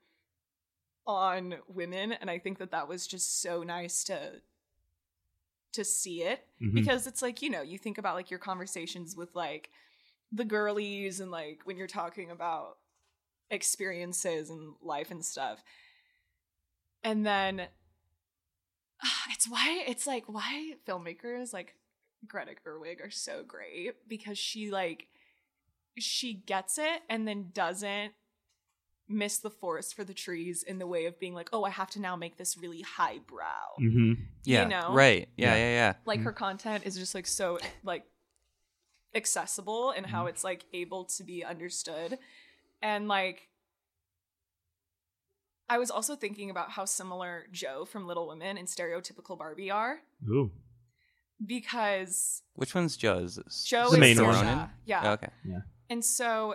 Speaker 3: on women. And I think that that was just so nice to to see it
Speaker 2: Mhm.
Speaker 3: because it's like you know you think about like your conversations with like the girlies and like when you're talking about experiences and life and stuff. And then it's why it's like why filmmakers like Greta Gerwig are so great because she like she gets it and then doesn't miss the forest for the trees in the way of being like, oh, I have to now make this really highbrow.
Speaker 2: Mm-hmm.
Speaker 1: Yeah.
Speaker 3: You know?
Speaker 1: Right. Yeah.
Speaker 2: Yeah.
Speaker 1: Yeah. Yeah.
Speaker 3: Like her content is just like so like accessible and how it's like able to be understood. And like I was also thinking about how similar Joe from Little Women and stereotypical Barbie are
Speaker 2: Ooh.
Speaker 3: because
Speaker 1: Which one's Joe's? Is-
Speaker 3: Joe
Speaker 1: is
Speaker 2: The
Speaker 1: it
Speaker 2: main
Speaker 3: is
Speaker 2: one.
Speaker 1: Ronan?
Speaker 3: Saoirse. Yeah.
Speaker 1: Oh, okay.
Speaker 3: And so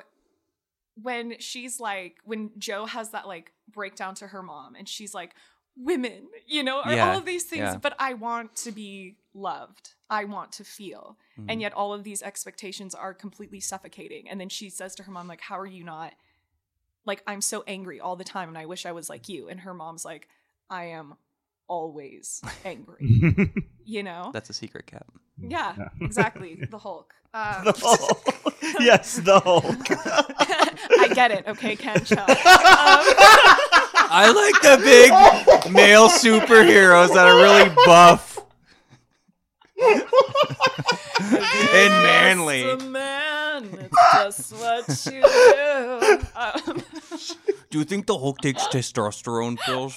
Speaker 3: when she's like, when Joe has that like breakdown to her mom and she's like, women, you know, or
Speaker 1: Yeah,
Speaker 3: all of these things,
Speaker 1: yeah.
Speaker 3: but I want to be loved. I want to feel.
Speaker 1: Mm-hmm. Mm.
Speaker 3: And yet all of these expectations are completely suffocating. And then she says to her mom, like, how are you not? Like, I'm so angry all the time and I wish I was like you. And her mom's like, I am always
Speaker 2: Mm.
Speaker 3: angry, you know?
Speaker 1: That's a secret cap.
Speaker 3: yeah, exactly. The Hulk. Um,
Speaker 2: the Hulk. yes, the Hulk.
Speaker 3: I get it. Okay, Ken Chell. Um,
Speaker 1: I like the big male superheroes that are really buff and
Speaker 3: It's a
Speaker 1: manly.
Speaker 3: man. It's just what you do. Um,
Speaker 1: Do you think the Hulk takes testosterone pills?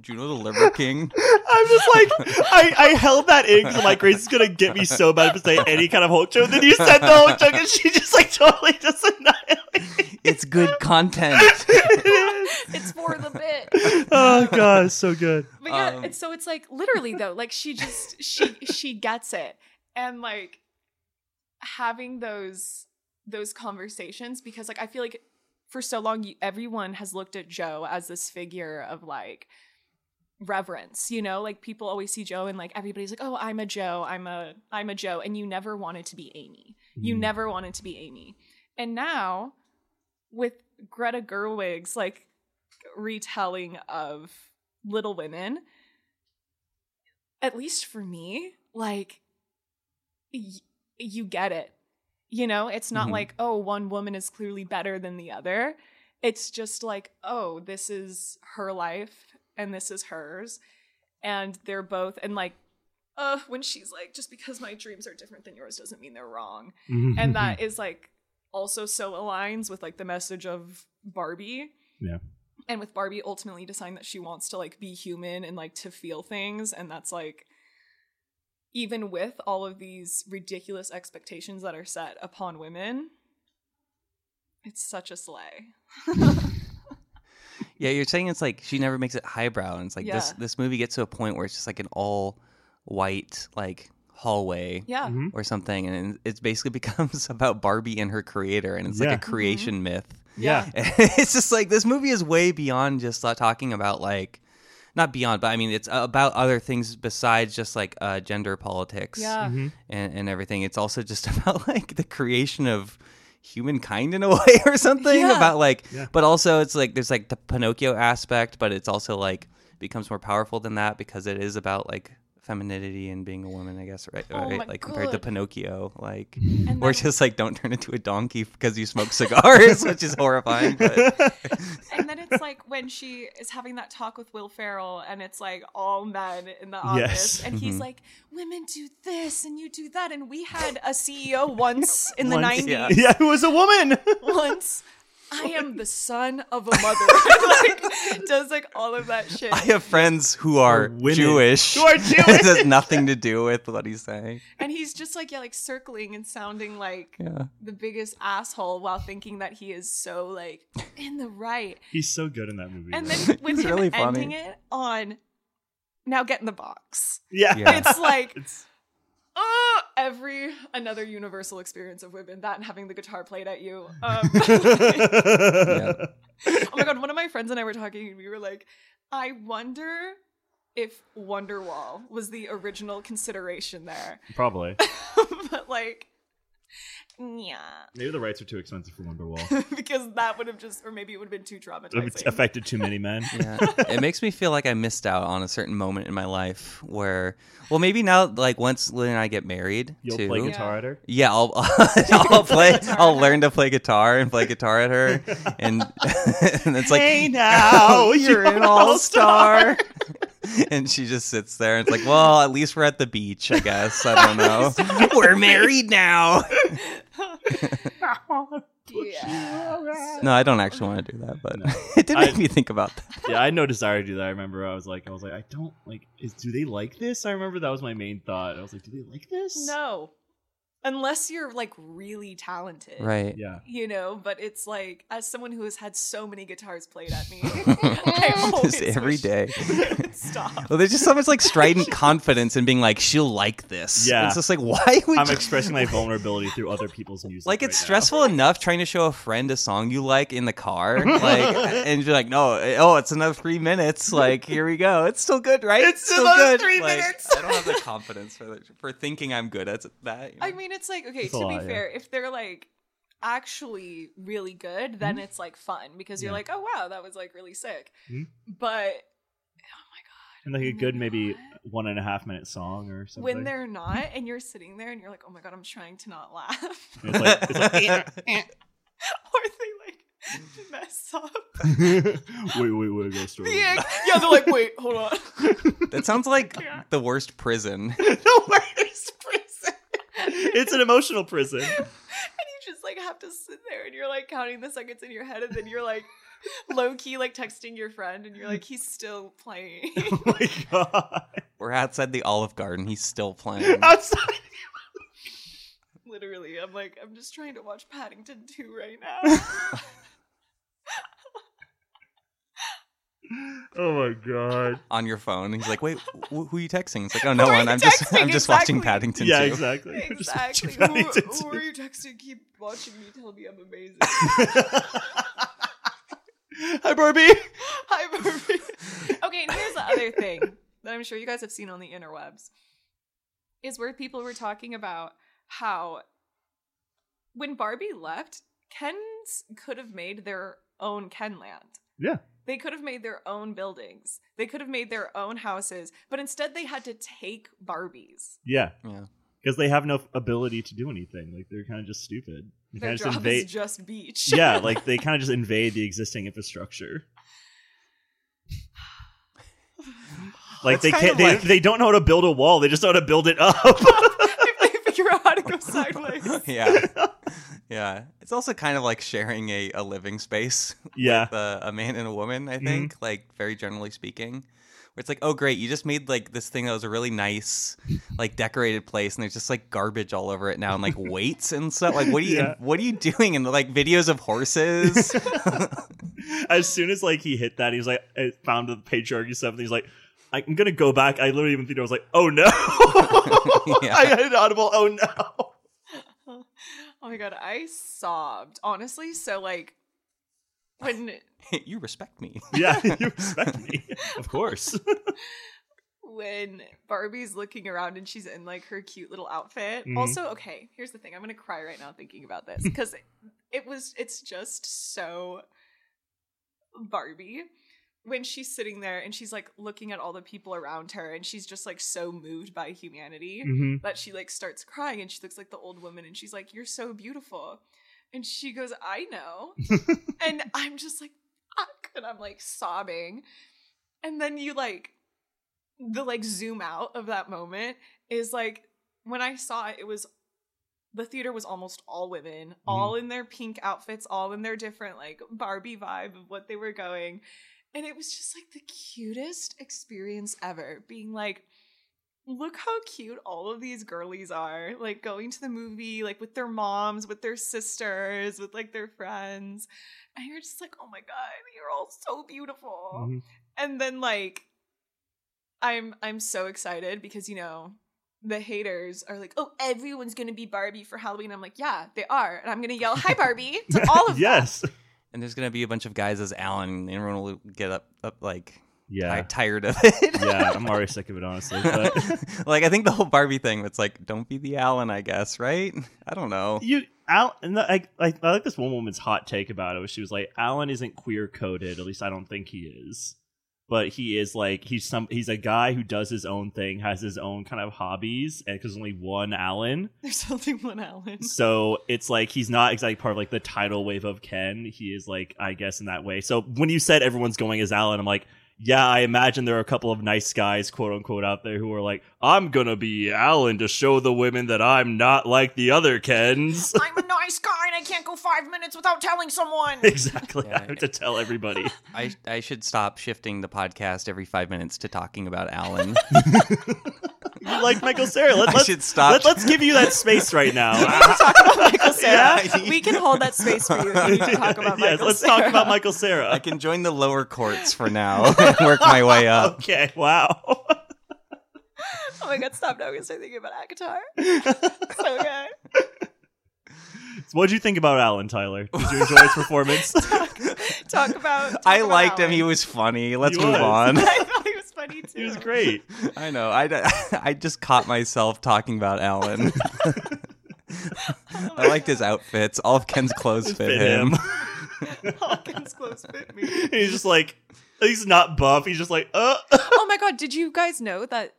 Speaker 1: Do you know the Liver King?
Speaker 2: I'm just like, I, I held that in because I'm like, Grace is gonna get me so bad if I say any kind of Hulk joke. Then you said the Hulk joke, and she just like totally just annihilated.
Speaker 1: It's good content.
Speaker 3: it's for the bit.
Speaker 2: oh god, it's so good.
Speaker 3: But yeah,
Speaker 1: Um,
Speaker 3: it's, so it's like literally though, like she just she she gets it, and like having those those conversations because like I feel like for so long you, everyone has looked at Joe as this figure of like reverence you know like people always see joe and like everybody's like oh i'm a joe i'm a i'm a joe and you never wanted to be amy you
Speaker 2: Mm.
Speaker 3: never wanted to be amy and now with greta gerwig's like retelling of little women at least for me like y- you get it you know it's not
Speaker 1: Mhm.
Speaker 3: like oh one woman is clearly better than the other it's just like oh this is her life and this is hers and they're both and like uh when she's like just because my dreams are different than yours doesn't mean they're wrong
Speaker 2: Mm-hmm.
Speaker 3: and that is like also so aligns with like the message of Barbie
Speaker 2: Yeah.
Speaker 3: and with Barbie ultimately deciding that she wants to like be human and like to feel things and that's like even with all of these ridiculous expectations that are set upon women it's such a slay
Speaker 1: Yeah, you're saying it's like she never makes it highbrow, and it's like this
Speaker 3: Yeah.
Speaker 1: this movie gets to a point where it's just like an all white like hallway
Speaker 3: yeah
Speaker 2: Mhm.
Speaker 1: or something, and it's basically becomes about Barbie and her creator, and it's like
Speaker 2: Yeah.
Speaker 1: a creation
Speaker 3: Mm-hmm.
Speaker 1: myth.
Speaker 2: Yeah.
Speaker 1: it's just like this movie is way beyond just uh, talking about like not beyond but i mean it's about other things besides just like uh, gender politics
Speaker 3: yeah
Speaker 2: Mm-hmm.
Speaker 1: and, and everything it's also just about like the creation of humankind in a way or something
Speaker 3: Yeah.
Speaker 1: about like
Speaker 2: Yeah.
Speaker 1: but also it's like there's like the pinocchio aspect but it's also like becomes more powerful than that because it is about like femininity and being a woman i guess right,
Speaker 3: Oh
Speaker 1: right?
Speaker 3: my
Speaker 1: like compared to
Speaker 3: God.
Speaker 1: pinocchio like
Speaker 3: and
Speaker 1: or
Speaker 3: then-
Speaker 1: just like don't turn into a donkey because you smoke cigars which is horrifying but
Speaker 3: and then it's like when she is having that talk with Will Ferrell, and it's like all men in the office,
Speaker 2: Yes.
Speaker 3: and he's
Speaker 1: Mhm.
Speaker 3: like, "Women do this, and you do that, and we had a CEO once in the
Speaker 2: Once,
Speaker 3: '90s.
Speaker 1: yeah.
Speaker 2: yeah, it was a woman.
Speaker 3: Once, I am the son of a mother. like, does like all of that shit.
Speaker 1: I have friends who are
Speaker 2: women.
Speaker 1: Jewish.
Speaker 2: Who are
Speaker 1: it has
Speaker 2: Jewish.
Speaker 1: nothing to do with what he's saying.
Speaker 3: And he's just like, yeah, like circling and sounding like
Speaker 1: Yeah.
Speaker 3: the biggest asshole while thinking that he is so like in the right.
Speaker 2: He's so good in that movie.
Speaker 3: And
Speaker 2: though.
Speaker 3: then with
Speaker 1: It's
Speaker 3: him
Speaker 1: really funny.
Speaker 3: ending it on, now get in the box.
Speaker 2: yeah,
Speaker 1: Yeah.
Speaker 3: It's like
Speaker 2: It's-
Speaker 3: oh, every another universal experience of women that and having the guitar played at you um, oh my god one of my friends and i were talking and we were like i wonder if wonderwall was the original consideration there
Speaker 2: probably.
Speaker 3: but like yeah.
Speaker 2: Maybe the rights are too expensive for Wonderwall.
Speaker 3: because that would have just, or maybe it would have been too
Speaker 2: it
Speaker 3: traumatizing.
Speaker 2: affected too many men.
Speaker 1: yeah. it makes me feel like I missed out on a certain moment in my life where, well, maybe now, like once Lynn and I get married,
Speaker 2: You'll
Speaker 1: too.
Speaker 2: play
Speaker 3: Yeah.
Speaker 2: guitar at her.
Speaker 1: Yeah, I'll I'll play.
Speaker 3: guitar.
Speaker 1: I'll learn to play guitar and play guitar at her, and, and it's like,
Speaker 2: Hey now,
Speaker 1: you're an all star. and she just sits there and it's like, well, at least we're at the beach, I guess. I don't know. we're married now.
Speaker 3: yeah.
Speaker 1: No, I don't actually want to do that, but
Speaker 2: No.
Speaker 1: it did make
Speaker 2: I-
Speaker 1: me think about that.
Speaker 2: yeah, I had no desire to do that. I remember I was like, I was like, I don't like. Is do they like this? I remember that was my main thought. I was like, do they like this?
Speaker 3: No. Unless you're like really talented.
Speaker 1: Right.
Speaker 2: Yeah.
Speaker 3: You know, but it's like, as someone who has had so many guitars played at me, I always
Speaker 1: Just every
Speaker 3: wish
Speaker 1: day.
Speaker 3: it would Stop.
Speaker 1: Well, there's just so much like strident confidence in being like, she'll like this.
Speaker 2: Yeah.
Speaker 1: It's just like, why would
Speaker 2: I'm
Speaker 1: you-
Speaker 2: expressing my vulnerability through other people's music.
Speaker 1: Like it's
Speaker 2: right now.
Speaker 1: stressful enough trying to show a friend a song you like in the car, like, and you're like, no, oh, it's another three minutes. Like, here we go. It's still good, right?
Speaker 2: It's another three
Speaker 1: Like,
Speaker 2: minutes.
Speaker 1: I don't have the confidence for the, for thinking I'm good at that. you know?
Speaker 3: I mean, it's like, okay,
Speaker 2: It's a
Speaker 3: to be
Speaker 2: lot, yeah.
Speaker 3: fair, if they're like actually really good, then it's like fun because you're
Speaker 2: Mm-hmm. Yeah.
Speaker 3: like, oh wow, that was like really sick.
Speaker 2: Mhm.
Speaker 3: But
Speaker 2: And like a good maybe one and a half minute song or something.
Speaker 3: when they're not, and you're sitting there and you're like, oh my god, I'm trying to not laugh,
Speaker 2: And it's like, it's like
Speaker 3: or they like mess up.
Speaker 2: wait, wait, wait, go story.
Speaker 3: Yeah, yeah, they're like, wait, hold on.
Speaker 1: that sounds like
Speaker 3: Yeah.
Speaker 1: the worst prison.
Speaker 2: the worst prison. It's an emotional prison.
Speaker 3: And you just like have to sit there and you're like counting the seconds in your head, and then you're like low key like texting your friend, and you're like, he's still playing.
Speaker 2: Oh my god.
Speaker 1: We're outside the Olive Garden. He's still playing.
Speaker 2: Outside.
Speaker 3: Literally, I'm like, I'm just trying to watch Paddington 2 right now.
Speaker 2: Oh my god.
Speaker 1: on your phone. He's like, "Wait, wh- who are you texting?" It's like, "Oh, no
Speaker 3: Who are
Speaker 1: one.
Speaker 3: you
Speaker 1: I'm just
Speaker 3: texting?
Speaker 1: I'm just watching
Speaker 3: Exactly.
Speaker 1: Paddington
Speaker 2: yeah,
Speaker 1: too."
Speaker 2: exactly.
Speaker 3: exactly.
Speaker 2: Just
Speaker 3: Who,
Speaker 2: Paddington
Speaker 3: who
Speaker 2: too.
Speaker 3: are you texting? Keep watching me. Tell me I'm amazing.
Speaker 2: Hi, Barbie.
Speaker 3: Hi, Barbie. Okay, and here's the other thing that I'm sure you guys have seen on the interwebs is where people were talking about how when Barbie left, Kens could have made their own Kenland.
Speaker 2: Yeah.
Speaker 3: They could have made their own buildings. They could have made their own houses, but instead they had to take Barbies.
Speaker 2: Yeah,
Speaker 1: Yeah.
Speaker 2: because they have no ability to do anything. Like they're kind of just stupid. They
Speaker 3: Their
Speaker 2: kinda
Speaker 3: job
Speaker 2: just invade.
Speaker 3: is just beach.
Speaker 2: yeah, like they kind of just invade the existing infrastructure. Like
Speaker 1: That's
Speaker 2: they
Speaker 1: kind
Speaker 2: can't.
Speaker 1: of
Speaker 2: They,
Speaker 1: like-
Speaker 2: they don't know how to build a wall. They just know how to build it up.
Speaker 3: if they figure out how to go sideways.
Speaker 1: yeah. Yeah. It's also kind of like sharing a, a living space
Speaker 2: yeah.
Speaker 1: with a, a man and a woman,
Speaker 2: Mm-hmm.
Speaker 1: I think, like very generally speaking. Where it's like, oh great, you just made like this thing that was a really nice, like decorated place and there's just like garbage all over it now and like weights and stuff. Like what are you
Speaker 2: Yeah.
Speaker 1: what are you doing? And like videos of horses.
Speaker 2: As soon as like he hit that, he was like uh, found the patriarchy stuff. And he's like, I'm gonna go back. I literally even think I was like, oh no,
Speaker 1: Yeah.
Speaker 2: I had an audible. Oh no.
Speaker 3: oh my god, I sobbed. Honestly, so like when
Speaker 1: you respect me.
Speaker 2: Yeah, you respect me, of course.
Speaker 3: when Barbie's looking around and she's in like her cute little outfit.
Speaker 2: Mhm.
Speaker 3: Also, okay, here's the thing. I'm gonna cry right now thinking about this because it was it's just so Barbie when she's sitting there and she's like looking at all the people around her and she's just like so moved by humanity.
Speaker 2: Mm-hmm.
Speaker 3: that she like starts crying and she looks like the old woman and she's like you're so beautiful and she goes i know and i'm just like fuck and i'm like sobbing and then you like the like zoom out of that moment is like when i saw it it was the theater was almost all women all in their pink outfits all in their different like barbie vibe of what they were going and it was just like the cutest experience ever being like look how cute all of these girlies are like going to the movie like with their moms with their sisters with like their friends and you're just like oh my god you're all so beautiful
Speaker 2: Mm-hmm.
Speaker 3: and then like i'm i'm so excited because you know the haters are like oh everyone's gonna be barbie for halloween i'm like yeah they are and i'm gonna yell hi barbie to all of them
Speaker 2: yes.
Speaker 1: And there's gonna be a bunch of guys as Alan, and everyone will get up, up like ti-
Speaker 2: Yeah.
Speaker 1: tired of it.
Speaker 2: yeah, I'm already sick of it honestly. But
Speaker 1: like I think the whole Barbie thing. It's like don't be the Allen, I guess, right? I don't know.
Speaker 2: you Al and the, I, I I like this one woman's hot take about it where she was like Alan isn't queer coded, at least I don't think he is. But he is like he's some he's a guy who does his own thing, has his own kind of hobbies, and because only one Alan.
Speaker 3: There's only one Alan.
Speaker 2: So it's like he's not exactly part of like the tidal wave of Ken. He is like, I guess, in that way. So when you said everyone's going as Alan, I'm like, yeah, I imagine there are a couple of nice guys, quote unquote, out there who are like, I'm gonna be Alan to show the women that I'm not like the other Kens.
Speaker 3: I'm a nice guy and I can't go five minutes without telling someone.
Speaker 2: exactly.
Speaker 1: Yeah.
Speaker 2: I have to tell everybody.
Speaker 1: I I should stop shifting the podcast every five minutes to talking about Alan.
Speaker 2: you like Michael Sarah. Let,
Speaker 1: I
Speaker 2: let's,
Speaker 1: should stop.
Speaker 2: let, us give you that space right now.
Speaker 3: talk about Michael Sarah.
Speaker 1: Yeah.
Speaker 3: We can hold that space for you. if You need to talk about
Speaker 2: yes,
Speaker 3: Michael
Speaker 2: let's
Speaker 3: Cera.
Speaker 2: talk about Michael Sarah.
Speaker 1: I can join the lower courts for now and work my way up.
Speaker 2: Okay, wow.
Speaker 3: Oh my god, stop now. I'm gonna start thinking about Akatar. so good.
Speaker 2: what did you think about Alan, Tyler? Did you enjoy his performance?
Speaker 3: Talk about. Talk
Speaker 1: I
Speaker 3: about
Speaker 1: liked him.
Speaker 3: Alan.
Speaker 1: He was funny. Let's
Speaker 2: He
Speaker 1: move
Speaker 2: was.
Speaker 1: on.
Speaker 3: I thought he was funny too.
Speaker 2: He was great.
Speaker 1: I know. I, I just caught myself talking about Alan.
Speaker 3: Oh my
Speaker 1: I liked
Speaker 3: God.
Speaker 1: his outfits. All of Ken's clothes fit,
Speaker 2: Fit
Speaker 1: him.
Speaker 2: him.
Speaker 3: Hawkins close fit me.
Speaker 2: And he's just like he's not buff. He's just like uh.
Speaker 3: oh my god did you guys know that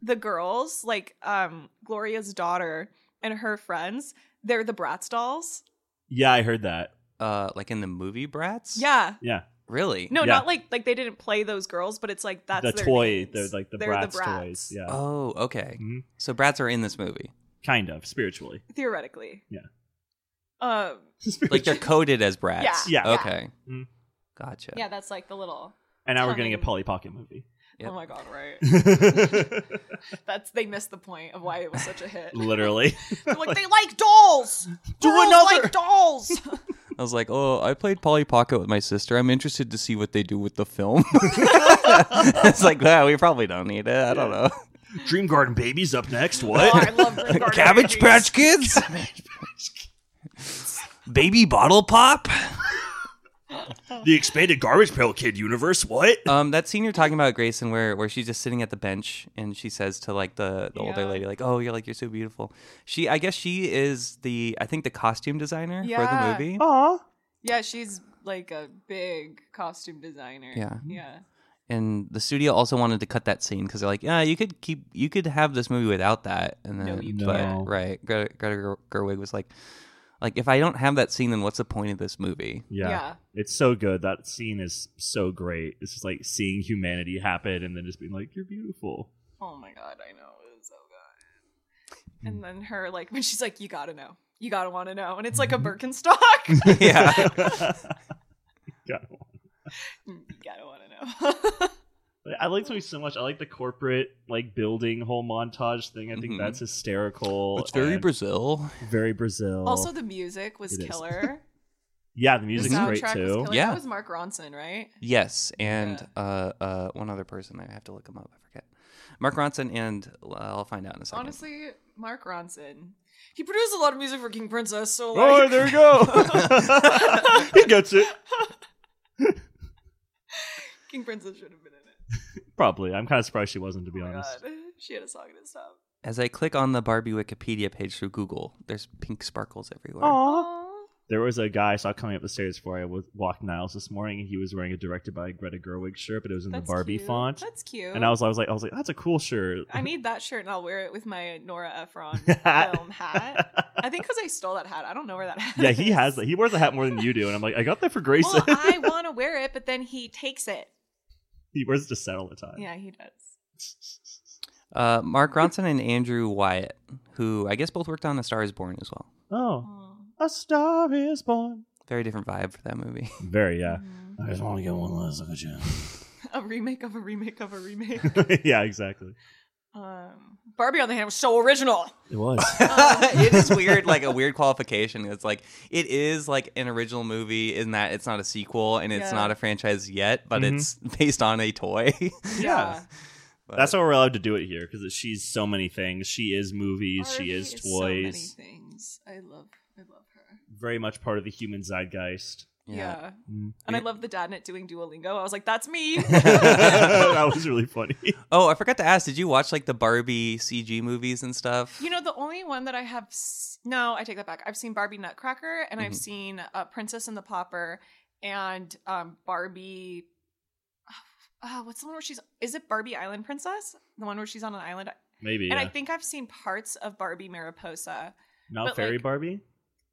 Speaker 3: the girls like um gloria's daughter and her friends they're the bratz dolls
Speaker 2: Yeah, I heard that.
Speaker 1: Uh, like in the movie Brats?
Speaker 3: yeah
Speaker 2: Yeah,
Speaker 1: Really?
Speaker 3: no
Speaker 2: Yeah.
Speaker 3: not like like they didn't play those girls but it's like that's
Speaker 2: the
Speaker 3: their
Speaker 2: toy.
Speaker 3: names.
Speaker 2: They're like the,
Speaker 3: They're
Speaker 2: brats,
Speaker 3: Bratz.
Speaker 2: toys. Yeah,
Speaker 1: Oh, okay.
Speaker 3: Mm-hmm.
Speaker 2: Mhm.
Speaker 1: So Brats are in this movie.
Speaker 2: kind of spiritually.
Speaker 3: theoretically
Speaker 2: Yeah.
Speaker 3: um
Speaker 1: Like they're coded as Brats.
Speaker 2: Yeah. Yeah.
Speaker 1: Okay.
Speaker 2: Mhm.
Speaker 1: Gotcha.
Speaker 3: yeah that's like the little
Speaker 2: and now we're getting a
Speaker 3: tongue.
Speaker 2: Polly Pocket movie.
Speaker 1: Yep.
Speaker 3: oh my god right
Speaker 2: Literally,
Speaker 3: that's they missed the point of why it was such a hit They're like
Speaker 2: Like-
Speaker 3: they like dolls
Speaker 2: Do
Speaker 3: Girls
Speaker 2: another."
Speaker 3: like dolls
Speaker 1: I was like, oh, I played Polly Pocket with my sister. I'm interested to see what they do with the film. it's like, wow, we probably don't need it. I don't know.
Speaker 2: Dream Garden Babies up next.
Speaker 3: oh, i
Speaker 2: What?
Speaker 3: love Green Garden
Speaker 1: Cabbage
Speaker 3: Babies.
Speaker 1: Patch Kids? Baby Bottle Pop?
Speaker 2: the expanded Garbage Pail Kid universe. What?
Speaker 1: Um, that scene you're talking about, Grayson, where where she's just sitting at the bench and she says to like the, the older
Speaker 3: Yeah.
Speaker 1: lady, like, "Oh, you're like you're so beautiful." She, I guess, she is the I think the costume designer
Speaker 3: Yeah.
Speaker 1: for the movie.
Speaker 2: Aw.
Speaker 3: Yeah, she's like a big costume designer.
Speaker 1: Yeah.
Speaker 3: Yeah.
Speaker 1: And the studio also wanted to cut that scene because they're like, "Yeah, you could keep, you could have this movie without that." And then,
Speaker 3: No, you
Speaker 1: but,
Speaker 2: can't.
Speaker 1: right? Greta, Greta Ger- Gerwig was like, "Like, if I don't have that scene, then what's the point of this movie?"
Speaker 3: Yeah.
Speaker 2: Yeah. it's so good. That scene is so great. It's just like seeing humanity happen and then just being like, "You're beautiful."
Speaker 3: Oh my god, I know. It was so good. And then her like when she's like, You gotta know. You gotta wanna know. And it's like a
Speaker 1: Mm-hmm.
Speaker 3: Birkenstock. you
Speaker 1: yeah,
Speaker 2: Yeah.
Speaker 3: Mm, gotta wanna know.
Speaker 2: Like, I like this movie so much. I like the corporate like building whole montage thing. I think
Speaker 1: Mhm.
Speaker 2: that's hysterical.
Speaker 1: it's very
Speaker 2: and
Speaker 1: Brazil.
Speaker 2: very Brazil.
Speaker 3: also the music was
Speaker 2: It is.
Speaker 3: killer.
Speaker 2: yeah, the
Speaker 3: The
Speaker 2: music's great
Speaker 3: soundtrack was
Speaker 2: too.
Speaker 3: killer.
Speaker 1: Yeah.
Speaker 3: That was Mark Ronson, right?
Speaker 1: Yes, and
Speaker 3: Yeah.
Speaker 1: uh, uh, one other person. I have to look him up. I forget. Mark Ronson and uh, I'll find out in a second.
Speaker 3: Honestly, Mark Ronson. He produced a lot of music for King Princess, so like
Speaker 2: Oh, there you go. he gets it.
Speaker 3: King Princess should have been in it.
Speaker 2: Probably. I'm kind of surprised she wasn't, to be
Speaker 3: oh my
Speaker 2: honest.
Speaker 3: god. She had a song at his top.
Speaker 1: As I click on the Barbie Wikipedia page through Google, there's pink sparkles everywhere.
Speaker 3: Aw.
Speaker 2: There was a guy I saw coming up the stairs before I was walked Niles this morning, and he was wearing a directed by Greta Gerwig shirt, but it was in
Speaker 3: That's
Speaker 2: the Barbie
Speaker 3: cute.
Speaker 2: font.
Speaker 3: That's cute.
Speaker 2: And I was, I was like, I was like, that's a cool shirt.
Speaker 3: I need that shirt and I'll wear it with my Nora Ephron film hat. I think because I stole that hat. I don't know where that hat
Speaker 2: yeah, he
Speaker 3: is.
Speaker 2: has that. He wears the hat more than you do, and I'm like, I got that for Grayson.
Speaker 3: Well, I want to wear it, but then he takes it.
Speaker 2: he wears it just set all the time.
Speaker 3: Yeah, he does.
Speaker 1: Uh, Mark Ronson and Andrew Wyatt, who I guess both worked on A Star Is Born as well.
Speaker 2: Oh,
Speaker 3: Aw.
Speaker 2: a star is born.
Speaker 1: Very different vibe for that movie.
Speaker 2: Very yeah.
Speaker 3: Mhm.
Speaker 2: I just want to get one last look at
Speaker 3: A remake of a remake of a remake.
Speaker 2: you. yeah, exactly.
Speaker 3: um, Barbie, on the hand, was so original.
Speaker 2: It was.
Speaker 1: it is weird, like a weird qualification. It's like it is like an original movie in that it's not a sequel and it's
Speaker 3: Yeah.
Speaker 1: not a franchise yet, but
Speaker 2: Mhm.
Speaker 1: it's based on a toy.
Speaker 3: Yeah.
Speaker 1: But-
Speaker 2: That's why we're allowed to do it here because she's so many things. She is movies. she
Speaker 3: Barbie
Speaker 2: is
Speaker 3: So many
Speaker 2: toys.
Speaker 3: things. I love, I love her.
Speaker 2: Very much part of the human zeitgeist.
Speaker 3: Yeah.
Speaker 2: Mm.
Speaker 3: And I love the dadnet doing Duolingo. I was like, that's me.
Speaker 2: that was really funny.
Speaker 1: Oh, I forgot to ask. Did you watch like the Barbie CG movies and stuff?
Speaker 3: You know, the only one that I have. S- no, I take that back. I've seen Barbie Nutcracker and I've
Speaker 1: Mhm.
Speaker 3: seen uh, Princess and the Pauper and um, Barbie. Uh, what's the one where she's. Is it Barbie Island Princess? The one where she's on an island?
Speaker 2: Maybe.
Speaker 3: And I
Speaker 2: yeah.
Speaker 3: think I've seen parts of Barbie Mariposa.
Speaker 2: Not
Speaker 3: but,
Speaker 2: fairy
Speaker 3: like,
Speaker 2: Barbie.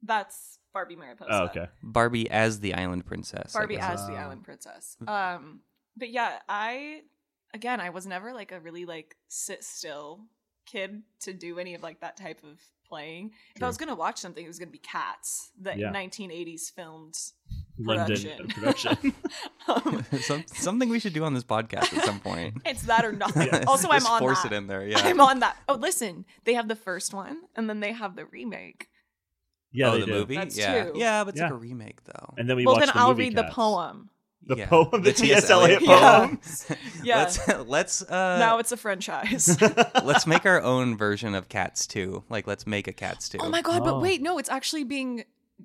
Speaker 3: That's Barbie Mariposa.
Speaker 2: Oh, okay.
Speaker 1: Barbie as the Island Princess. I
Speaker 3: Barbie
Speaker 1: guess.
Speaker 3: as the
Speaker 2: Oh.
Speaker 3: island princess. Um, but yeah, I again, I was never like a really like sit still kid to do any of like that type of playing. If I was gonna watch something, it was gonna be Cats, the
Speaker 2: Yeah.
Speaker 3: 1980s filmed
Speaker 2: London uh, production.
Speaker 3: um,
Speaker 1: Some, something we should do on this podcast at some point.
Speaker 3: it's that or nothing.
Speaker 2: Yes.
Speaker 3: Also, I'm
Speaker 1: Just
Speaker 3: on
Speaker 1: force
Speaker 3: that.
Speaker 1: it in there. Yeah.
Speaker 3: I'm on that. Oh, listen, they have the first one, and then they have the remake.
Speaker 2: yeah,
Speaker 1: oh,
Speaker 2: they
Speaker 1: the
Speaker 2: do.
Speaker 1: movie.
Speaker 3: That's
Speaker 1: yeah.
Speaker 3: true.
Speaker 1: Yeah, but it's like
Speaker 2: Yeah.
Speaker 1: a remake though.
Speaker 2: And then we
Speaker 3: well,
Speaker 2: watched
Speaker 3: then
Speaker 2: the
Speaker 3: I'll
Speaker 2: movie
Speaker 3: read the
Speaker 2: Cats.
Speaker 3: poem.
Speaker 2: The
Speaker 1: Yeah.
Speaker 2: poem, the
Speaker 1: T.S.
Speaker 2: T.S. Eliot
Speaker 1: Eliot
Speaker 2: poem.
Speaker 3: Yeah.
Speaker 1: Let's let's uh
Speaker 3: now it's a franchise.
Speaker 1: let's make our own version of Cats 2. Like let's make a Cats 2.
Speaker 3: Oh my god,
Speaker 2: Oh.
Speaker 3: but wait, no, it's actually being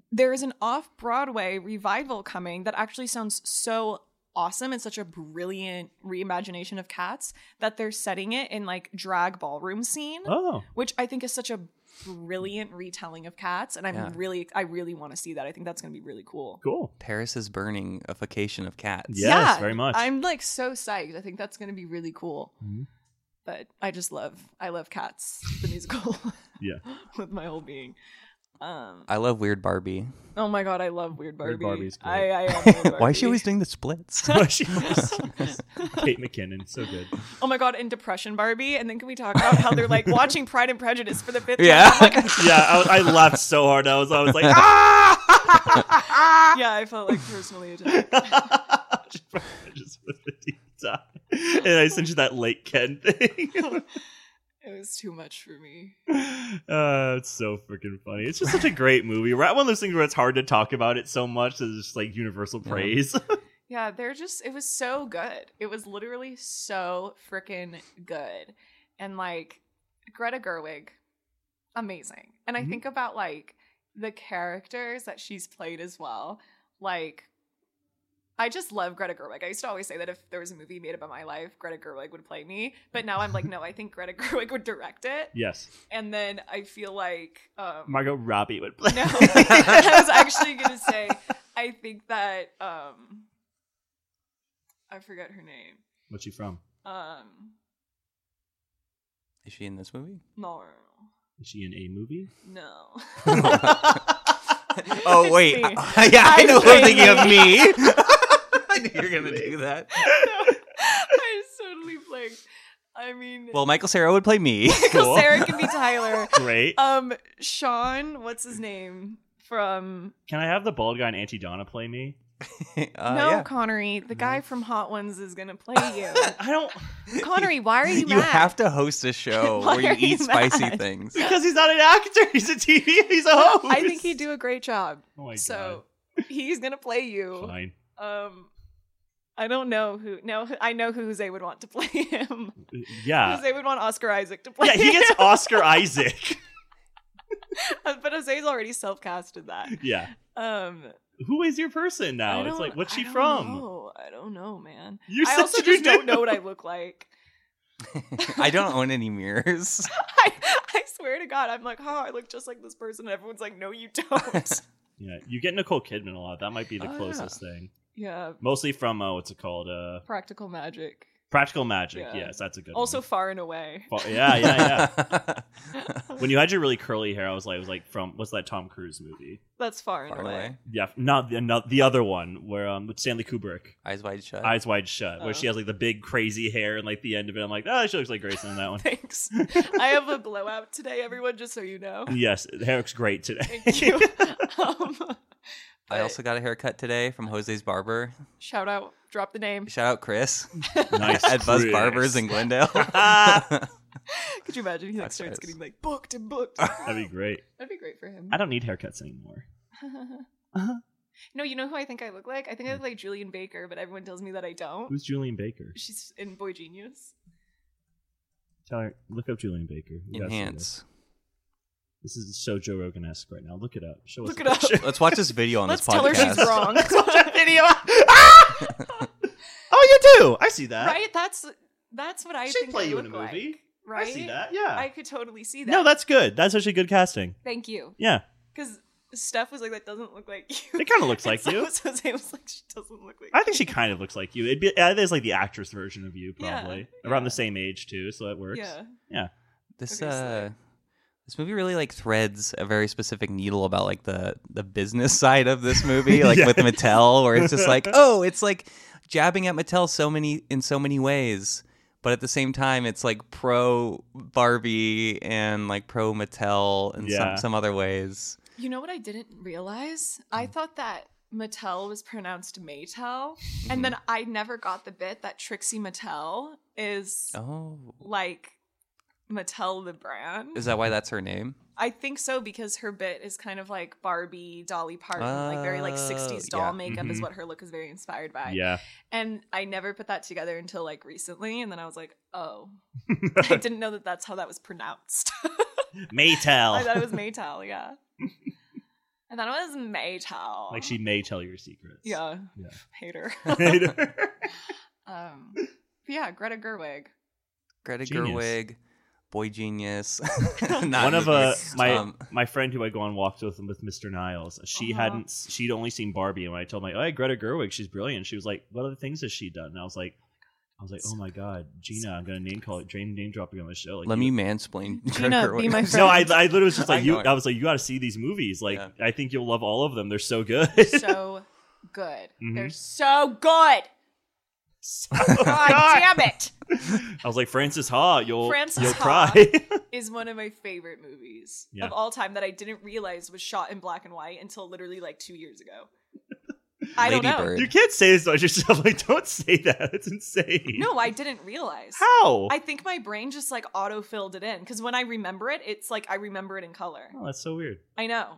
Speaker 3: there is an off-Broadway revival coming that actually sounds so awesome and such a brilliant reimagination of cats that they're setting it in like drag ballroom scene,
Speaker 2: Oh,
Speaker 3: which I think is such a brilliant retelling of cats and I'm
Speaker 1: Yeah.
Speaker 3: really I really want to see that. I think that's going to be really cool.
Speaker 2: cool.
Speaker 1: Paris is burning a fication of cats.
Speaker 2: Yes, very much.
Speaker 3: I'm like so psyched. I think that's going to be really cool.
Speaker 2: Mhm.
Speaker 3: But I just love I love Cats the musical.
Speaker 2: Yeah.
Speaker 3: with my whole being. Um
Speaker 1: I love Weird Barbie.
Speaker 3: Oh my god, I love Weird Barbie.
Speaker 2: Weird Barbie's great.
Speaker 3: I, I am Weird
Speaker 1: Why is she
Speaker 3: Barbie.
Speaker 1: always doing the splits?
Speaker 2: She was- Kate McKinnon, so good.
Speaker 3: Oh my god, and Depression Barbie, and then can we talk about how they're like watching Pride and Prejudice for the fifth
Speaker 1: Yeah.
Speaker 3: time? I'm like,
Speaker 2: Yeah, I, I laughed so hard. I was, I was like, ah!
Speaker 3: yeah, I felt like personally attacked.
Speaker 2: Just probably just with the deep dive. and I sent you that late Ken thing.
Speaker 3: It was too much for me.
Speaker 2: uh, it's so freaking funny. It's just such a great movie. Right, one of those things where it's hard to talk about it so much. that It's just like universal
Speaker 1: Yeah.
Speaker 2: praise.
Speaker 3: Yeah, they're just it was so good. It was literally so freaking good. And like Greta Gerwig, amazing. And I
Speaker 2: Mhm.
Speaker 3: think about like the characters that she's played as well. Like I just love Greta Gerwig. I used to always say that if there was a movie made about my life, Greta Gerwig would play me. But now I'm like, no, I think Greta Gerwig would direct it.
Speaker 2: yes,
Speaker 3: And then I feel like um
Speaker 2: Margot Robbie would play.
Speaker 3: no, I was actually gonna say I think that um I forgot her name.
Speaker 2: What's she from?
Speaker 3: Um
Speaker 1: Is she in this movie?
Speaker 3: no
Speaker 2: Is she in a movie?
Speaker 3: no.
Speaker 1: Oh
Speaker 3: It's
Speaker 1: wait,
Speaker 3: me.
Speaker 1: I, I- yeah, I
Speaker 3: I'm
Speaker 1: know. I'm thinking
Speaker 3: saying
Speaker 1: of me. I knew you were gonna do that.
Speaker 3: No, I just totally blanked. I mean
Speaker 1: Well, Michael Sarah would play me.
Speaker 2: cool.
Speaker 3: Sarah can be Tyler.
Speaker 2: Great.
Speaker 3: Um Sean, what's his name? From
Speaker 2: Can I have the bald guy in Auntie Donna play me?
Speaker 1: Uh,
Speaker 3: No
Speaker 1: yeah. Mm-hmm.
Speaker 3: Connery, the guy from Hot Ones is gonna play you.
Speaker 2: I don't
Speaker 3: Connery, why are you,
Speaker 1: You
Speaker 3: mad?
Speaker 1: have to host a show
Speaker 3: Why
Speaker 1: where you
Speaker 3: are
Speaker 1: eat
Speaker 3: you
Speaker 1: spicy
Speaker 3: mad?
Speaker 1: things.
Speaker 2: because he's not an actor. He's a TV. He's a host.
Speaker 3: I think he'd do a great job.
Speaker 2: Oh my
Speaker 3: so he's gonna play you.
Speaker 2: god. Fine.
Speaker 3: Um, I don't know who. No, I know who Jose would want to play him.
Speaker 2: Yeah.
Speaker 3: Jose would want Oscar Isaac to play.
Speaker 2: Uh, Yeah, he gets
Speaker 3: him.
Speaker 2: Oscar Isaac.
Speaker 3: but Jose's already self-casted that.
Speaker 2: Yeah.
Speaker 3: Um,
Speaker 2: Who is your person now?
Speaker 3: I
Speaker 2: Oh, It's like,
Speaker 3: don't-
Speaker 2: what's
Speaker 3: I
Speaker 2: she
Speaker 3: don't
Speaker 2: from?
Speaker 3: know. I don't know, man.
Speaker 2: You
Speaker 3: I also
Speaker 2: you
Speaker 3: just don't
Speaker 2: knew.
Speaker 3: know what I look like.
Speaker 1: I don't own any mirrors.
Speaker 3: I, I swear to God, I'm like, oh, I look just like this person. And everyone's like, no, you don't.
Speaker 2: Yeah, you get Nicole Kidman a lot. That might be the
Speaker 1: Oh, yeah.
Speaker 3: Ah.
Speaker 2: closest thing.
Speaker 3: yeah,
Speaker 2: Mostly from uh, what's it called? Uh,
Speaker 3: practical magic.
Speaker 2: Practical Magic.
Speaker 3: Yeah.
Speaker 2: Yes, that's a good.
Speaker 3: Also,
Speaker 2: one.
Speaker 3: far and away.
Speaker 2: Fa- yeah, yeah, yeah.
Speaker 1: yeah.
Speaker 2: when you had your really curly hair, I was like, it was like from what's that Tom Cruise movie?
Speaker 3: That's far and
Speaker 1: Far
Speaker 3: away.
Speaker 1: away.
Speaker 2: Yeah, not the not the other one where um with Stanley Kubrick.
Speaker 1: Eyes wide shut.
Speaker 2: Eyes Wide Shut, where
Speaker 3: Oh.
Speaker 1: uh-huh.
Speaker 2: she has like the big crazy hair and like the end of it. I'm like, oh, she looks like Grayson in that one.
Speaker 3: Thanks. I have a blowout today, everyone. Just so you know.
Speaker 2: yes, the hair looks great today.
Speaker 3: Thank you. um,
Speaker 1: I
Speaker 3: but
Speaker 1: also got a haircut today from Jose's barber.
Speaker 3: shout out, drop the name.
Speaker 1: Shout out Chris
Speaker 2: nice.
Speaker 1: at Buzz
Speaker 2: Chris.
Speaker 1: Barbers in Glendale.
Speaker 3: Could you imagine he like
Speaker 1: That's
Speaker 3: starts
Speaker 1: nice.
Speaker 3: getting like booked and booked?
Speaker 2: That'd be great.
Speaker 3: That'd be great for him.
Speaker 2: I don't need haircuts anymore. Uh-huh. Hmm.
Speaker 3: no, you know who I think I look like? I think I look like Julian Baker, but everyone tells me that I don't.
Speaker 2: Who's Julian Baker?
Speaker 3: She's in Boy Genius.
Speaker 2: Tyler, look up Julian Baker. You gotta see this.
Speaker 1: Enhance.
Speaker 2: This is so Joe Rogan esque right now. Look it up. Show
Speaker 3: Look
Speaker 2: us
Speaker 3: it up.
Speaker 1: Let's watch this video on
Speaker 3: Let's
Speaker 1: this podcast.
Speaker 3: tell her she's wrong. Let's watch a video.
Speaker 2: Oh, you do. I see that.
Speaker 3: right? That's that's what I
Speaker 2: She'd
Speaker 3: think
Speaker 2: play
Speaker 3: I
Speaker 2: you in a
Speaker 3: look like,
Speaker 2: movie.
Speaker 3: right?
Speaker 2: I see that. Yeah.
Speaker 3: I could totally see that.
Speaker 2: no, that's good. That's actually good casting.
Speaker 3: Thank you.
Speaker 2: Yeah,
Speaker 3: Because Steph was like, that doesn't look like you.
Speaker 2: it kind of looks
Speaker 3: And
Speaker 2: like
Speaker 3: so
Speaker 2: you.
Speaker 3: Jose was like, she doesn't look like
Speaker 2: I think she kind of looks like you. It'd be uh, there's like the actress version of you,
Speaker 3: Yeah,
Speaker 2: probably
Speaker 3: yeah.
Speaker 2: around the same age too, so that works.
Speaker 3: Yeah.
Speaker 1: This
Speaker 3: Okay, so,
Speaker 1: uh,
Speaker 3: like-
Speaker 1: this movie really like threads a very specific needle about like the the business side of this movie, like
Speaker 2: Yeah.
Speaker 1: with Mattel, where it's just like, oh, it's like jabbing at Mattel so many in so many ways, but at the same time, it's like pro Barbie and like pro Mattel in
Speaker 2: Yeah.
Speaker 1: some some other ways.
Speaker 3: You know what I didn't realize? I
Speaker 1: Mm.
Speaker 3: thought that Mattel was pronounced Maytel.
Speaker 1: Mm-hmm.
Speaker 3: And then I never got the bit that Trixie Mattel is
Speaker 1: Oh,
Speaker 3: like Mattel the brand.
Speaker 1: is that why that's her name?
Speaker 3: I think so because her bit is kind of like Barbie, Dolly Parton, like very like
Speaker 1: Oh,
Speaker 3: 60s doll
Speaker 1: yeah. Mm-hmm.
Speaker 3: makeup is
Speaker 2: Mhm.
Speaker 3: what her look is very inspired by.
Speaker 2: Yeah.
Speaker 3: And I never put that together until like recently. And then I was like, oh, I didn't know that that's how that was pronounced. I
Speaker 2: Maytel.
Speaker 3: thought it
Speaker 1: Oh.
Speaker 3: was Maytel, yeah. I thought it was Maytel.
Speaker 2: Like she may tell your secrets.
Speaker 3: Yeah.
Speaker 2: Yeah.
Speaker 3: Hater. Um, but yeah, Greta Gerwig.
Speaker 1: Greta
Speaker 2: Genius.
Speaker 1: Gerwig, boy genius.
Speaker 2: One of uh, my
Speaker 1: Um,
Speaker 2: my friend who I go on walks with with Mr. Niles, she
Speaker 3: Uh-huh.
Speaker 2: hadn't she'd only seen Barbie, and when I told my, oh, hey, Greta Gerwig, she's brilliant. She was like, what other things has she done? And I was like, I was like, oh my god, Gina, I'm gonna name call it, dream name dropping on my show. Like,
Speaker 1: let
Speaker 2: you-
Speaker 1: me mansplain.
Speaker 3: Gina,
Speaker 1: Greta
Speaker 3: be
Speaker 1: Gerwig.
Speaker 3: my
Speaker 2: No, I, I
Speaker 3: friend.
Speaker 2: literally was just
Speaker 1: I
Speaker 2: like you.
Speaker 1: know it.
Speaker 2: I was like, you got to see these movies. Like,
Speaker 1: Yeah.
Speaker 2: I think you'll love all of them. They're so good.
Speaker 3: So good.
Speaker 2: Mhm.
Speaker 3: They're so good.
Speaker 2: So-
Speaker 3: God, damn it.
Speaker 2: I was like, Francis Ha, you'll
Speaker 3: Frances
Speaker 2: you'll
Speaker 3: Ha.
Speaker 2: cry.
Speaker 3: Is one of my favorite movies
Speaker 2: Yeah.
Speaker 3: of all time that I didn't realize was shot in black and white until literally like two years ago. I don't
Speaker 1: Lady
Speaker 3: know.
Speaker 1: Bird.
Speaker 2: you can't say this about yourself. Like, don't say that. It's insane.
Speaker 3: No, I didn't realize.
Speaker 2: How?
Speaker 3: I think my brain just like auto filled it in because when I remember it, it's like I remember it in color.
Speaker 2: oh, that's so weird.
Speaker 3: I know.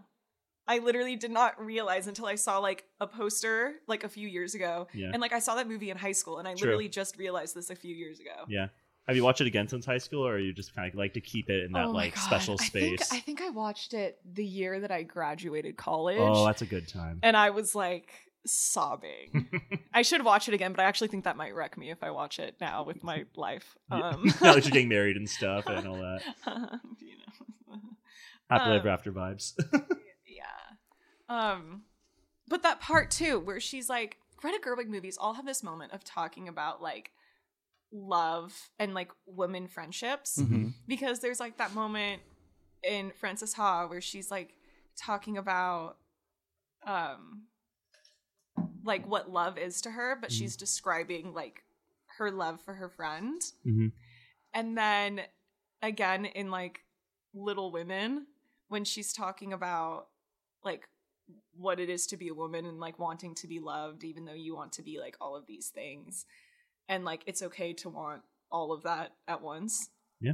Speaker 3: I literally did not realize until I saw like a poster like a few years ago.
Speaker 2: Yeah.
Speaker 3: And like I saw that movie in high school and I
Speaker 2: True.
Speaker 3: literally just realized this a few years ago.
Speaker 2: Yeah. Have you watched it again since high school, or are you just kind of like to keep it in that like special space?
Speaker 3: Oh I think, I watched it the year that I graduated college.
Speaker 2: oh, that's a good time.
Speaker 3: and I was like sobbing. I should watch it again, but I actually think that might wreck me if I watch it now with my life.
Speaker 2: Yeah.
Speaker 3: Um,
Speaker 2: now that you're getting married and stuff and all that,
Speaker 3: you know.
Speaker 2: happily
Speaker 3: Um,
Speaker 2: ever after vibes.
Speaker 3: Yeah. Um but that part too where she's like Greta Gerwig movies all have this moment of talking about like love and like women friendships
Speaker 1: Mhm.
Speaker 3: because there's like that moment in Frances Ha where she's like talking about um like what love is to her but she's describing like her love for her friend
Speaker 2: Mhm.
Speaker 3: and then again in like little women when she's talking about like what it is to be a woman and like wanting to be loved even though you want to be like all of these things and like it's okay to want all of that at once
Speaker 2: Yeah.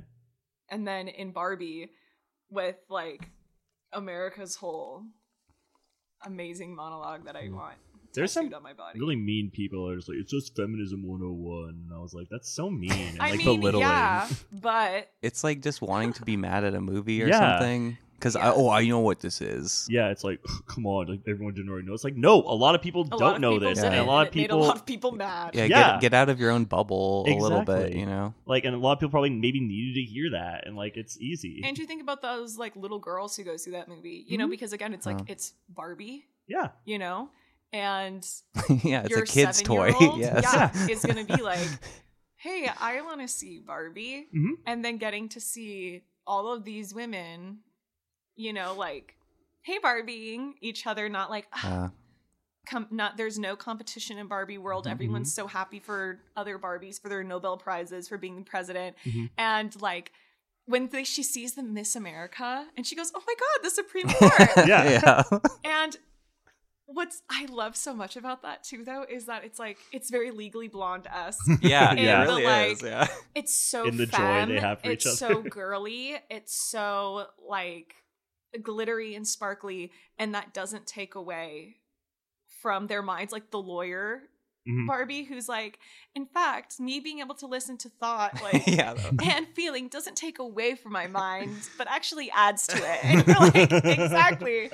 Speaker 3: and then in barbie with like america's whole amazing monologue that i
Speaker 2: Mm.
Speaker 3: want
Speaker 2: There's some
Speaker 3: tattooed on my body
Speaker 2: really mean people that are just like, it's just feminism 101. And I was like, that's so mean. And,
Speaker 3: i
Speaker 2: like
Speaker 3: mean
Speaker 2: belittling.
Speaker 3: yeah but
Speaker 1: It's like just wanting to be mad at a movie or
Speaker 2: Yeah.
Speaker 1: something. Because
Speaker 3: Yeah.
Speaker 1: I oh I know what this is.
Speaker 2: Yeah, it's like, come on, like everyone didn't already know. It's like, no, a lot of people
Speaker 3: a
Speaker 2: don't
Speaker 3: lot of
Speaker 2: know
Speaker 3: people
Speaker 2: this,
Speaker 3: did
Speaker 2: and a
Speaker 3: it,
Speaker 2: lot of
Speaker 3: it made
Speaker 2: people
Speaker 3: a lot of people mad
Speaker 1: Yeah,
Speaker 2: Yeah.
Speaker 1: Get, get out of your own bubble a little bit.
Speaker 2: Exactly.
Speaker 1: You know,
Speaker 2: like, and a lot of people probably maybe needed to hear that, and like, it's easy.
Speaker 3: and you think about those like little girls who go through that movie you know
Speaker 2: Mhm.
Speaker 3: because again it's like
Speaker 1: Huh.
Speaker 3: it's barbie
Speaker 2: yeah,
Speaker 3: you know and
Speaker 1: yeah, it's
Speaker 3: your
Speaker 1: a kid's toy.
Speaker 3: seven-year-old,
Speaker 1: yes.
Speaker 3: yeah, is gonna be like, hey, I want to see Barbie,
Speaker 2: Mhm.
Speaker 3: and then getting to see all of these women, you know, like, hey, Barbieing each other, not like, "Ah,
Speaker 1: Uh,
Speaker 3: com- not there's no competition in Barbie world.
Speaker 2: Mhm.
Speaker 3: Everyone's so happy for other Barbies for their Nobel prizes for being the president,
Speaker 2: Mhm.
Speaker 3: and like. When they, she sees the Miss America, and she goes, "Oh my God, the Supreme Court!"
Speaker 2: Yeah.
Speaker 1: yeah.
Speaker 3: And what's I love so much about that too, though, is that it's like it's very legally blonde esque.
Speaker 1: Yeah,
Speaker 3: And
Speaker 1: yeah, it
Speaker 3: the,
Speaker 1: really
Speaker 3: like-
Speaker 1: is. Yeah.
Speaker 3: It's so
Speaker 2: In the joy
Speaker 3: femme,
Speaker 2: they have for each
Speaker 3: it's so
Speaker 2: other.
Speaker 3: girly. It's so like glittery and sparkly, and that doesn't take away from their minds. Like the lawyer
Speaker 2: Mhm.
Speaker 3: Barbie who's like, in fact, me being able to listen to thought, like,
Speaker 1: yeah. though.
Speaker 3: and feeling doesn't take away from my mind, but actually adds to it. And you're like, exactly,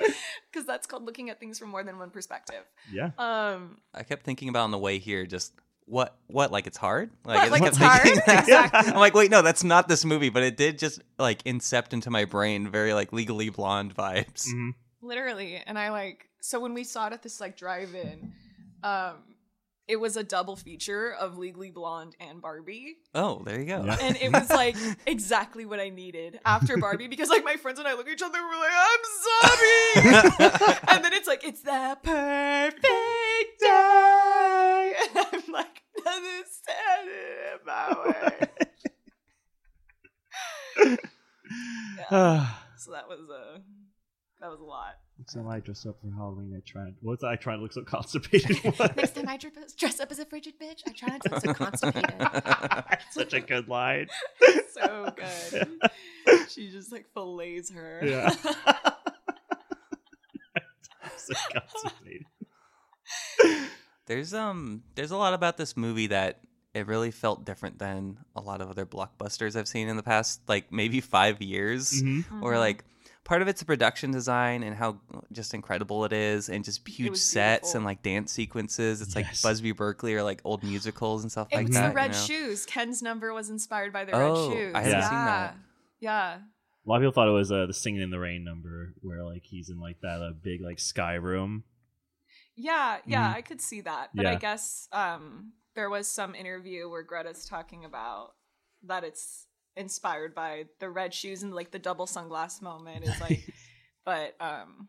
Speaker 3: because that's called looking at things from more than one perspective.
Speaker 2: Yeah.
Speaker 3: Um,
Speaker 1: I kept thinking about on the way here just what what like it's hard like,
Speaker 3: What,
Speaker 1: just
Speaker 3: like
Speaker 1: kept
Speaker 3: it's hard?
Speaker 1: thinking
Speaker 3: Exactly.
Speaker 1: I'm like wait no that's not this movie but it did just like incept into my brain very like legally blonde vibes
Speaker 2: Mhm.
Speaker 3: literally and i like so when we saw it at this like drive-in um it was a double feature of legally blonde and barbie
Speaker 1: oh there you go
Speaker 2: Yeah.
Speaker 3: and it was like exactly what i needed after barbie because like my friends and i look at each other and we're like i'm zombie and then it's like it's the perfect day and i'm like this is my way.
Speaker 2: Ah.
Speaker 3: so that was a that was a lot
Speaker 2: So I dressed up for Halloween. I tried. What's I tried to look so constipated? was.
Speaker 4: Next time I dress- dress up as a frigid bitch, I try not to look so constipated.
Speaker 2: Such a good line.
Speaker 3: so good she just like fillets her
Speaker 2: Yeah. so constipated.
Speaker 1: there's um there's a lot about this movie that it really felt different than a lot of other blockbusters I've seen in the past like maybe five years
Speaker 2: Mhm.
Speaker 1: or like part of it's the production design and how just incredible it is and just huge
Speaker 3: was
Speaker 1: sets and
Speaker 3: beautiful.
Speaker 1: like dance sequences it's like
Speaker 2: Yes.
Speaker 1: busby berkeley or like old musicals and stuff
Speaker 3: Mm-hmm. It
Speaker 1: like
Speaker 3: was
Speaker 1: that
Speaker 3: the
Speaker 1: you
Speaker 3: red
Speaker 1: know?
Speaker 3: shoes. Ken's number was inspired by the
Speaker 1: Oh,
Speaker 3: red shoes.
Speaker 1: I
Speaker 2: haven't
Speaker 3: yeah.
Speaker 1: seen that.
Speaker 3: Yeah.
Speaker 2: A lot of people thought it was uh, the singing in the rain number, where like he's in like that uh, big like sky room.
Speaker 3: Yeah, yeah, I could see that. But I
Speaker 2: Mm-hmm. Yeah.
Speaker 3: guess um there was some interview where Greta's talking about that it's inspired by the red shoes and like the double sunglass moment is like but um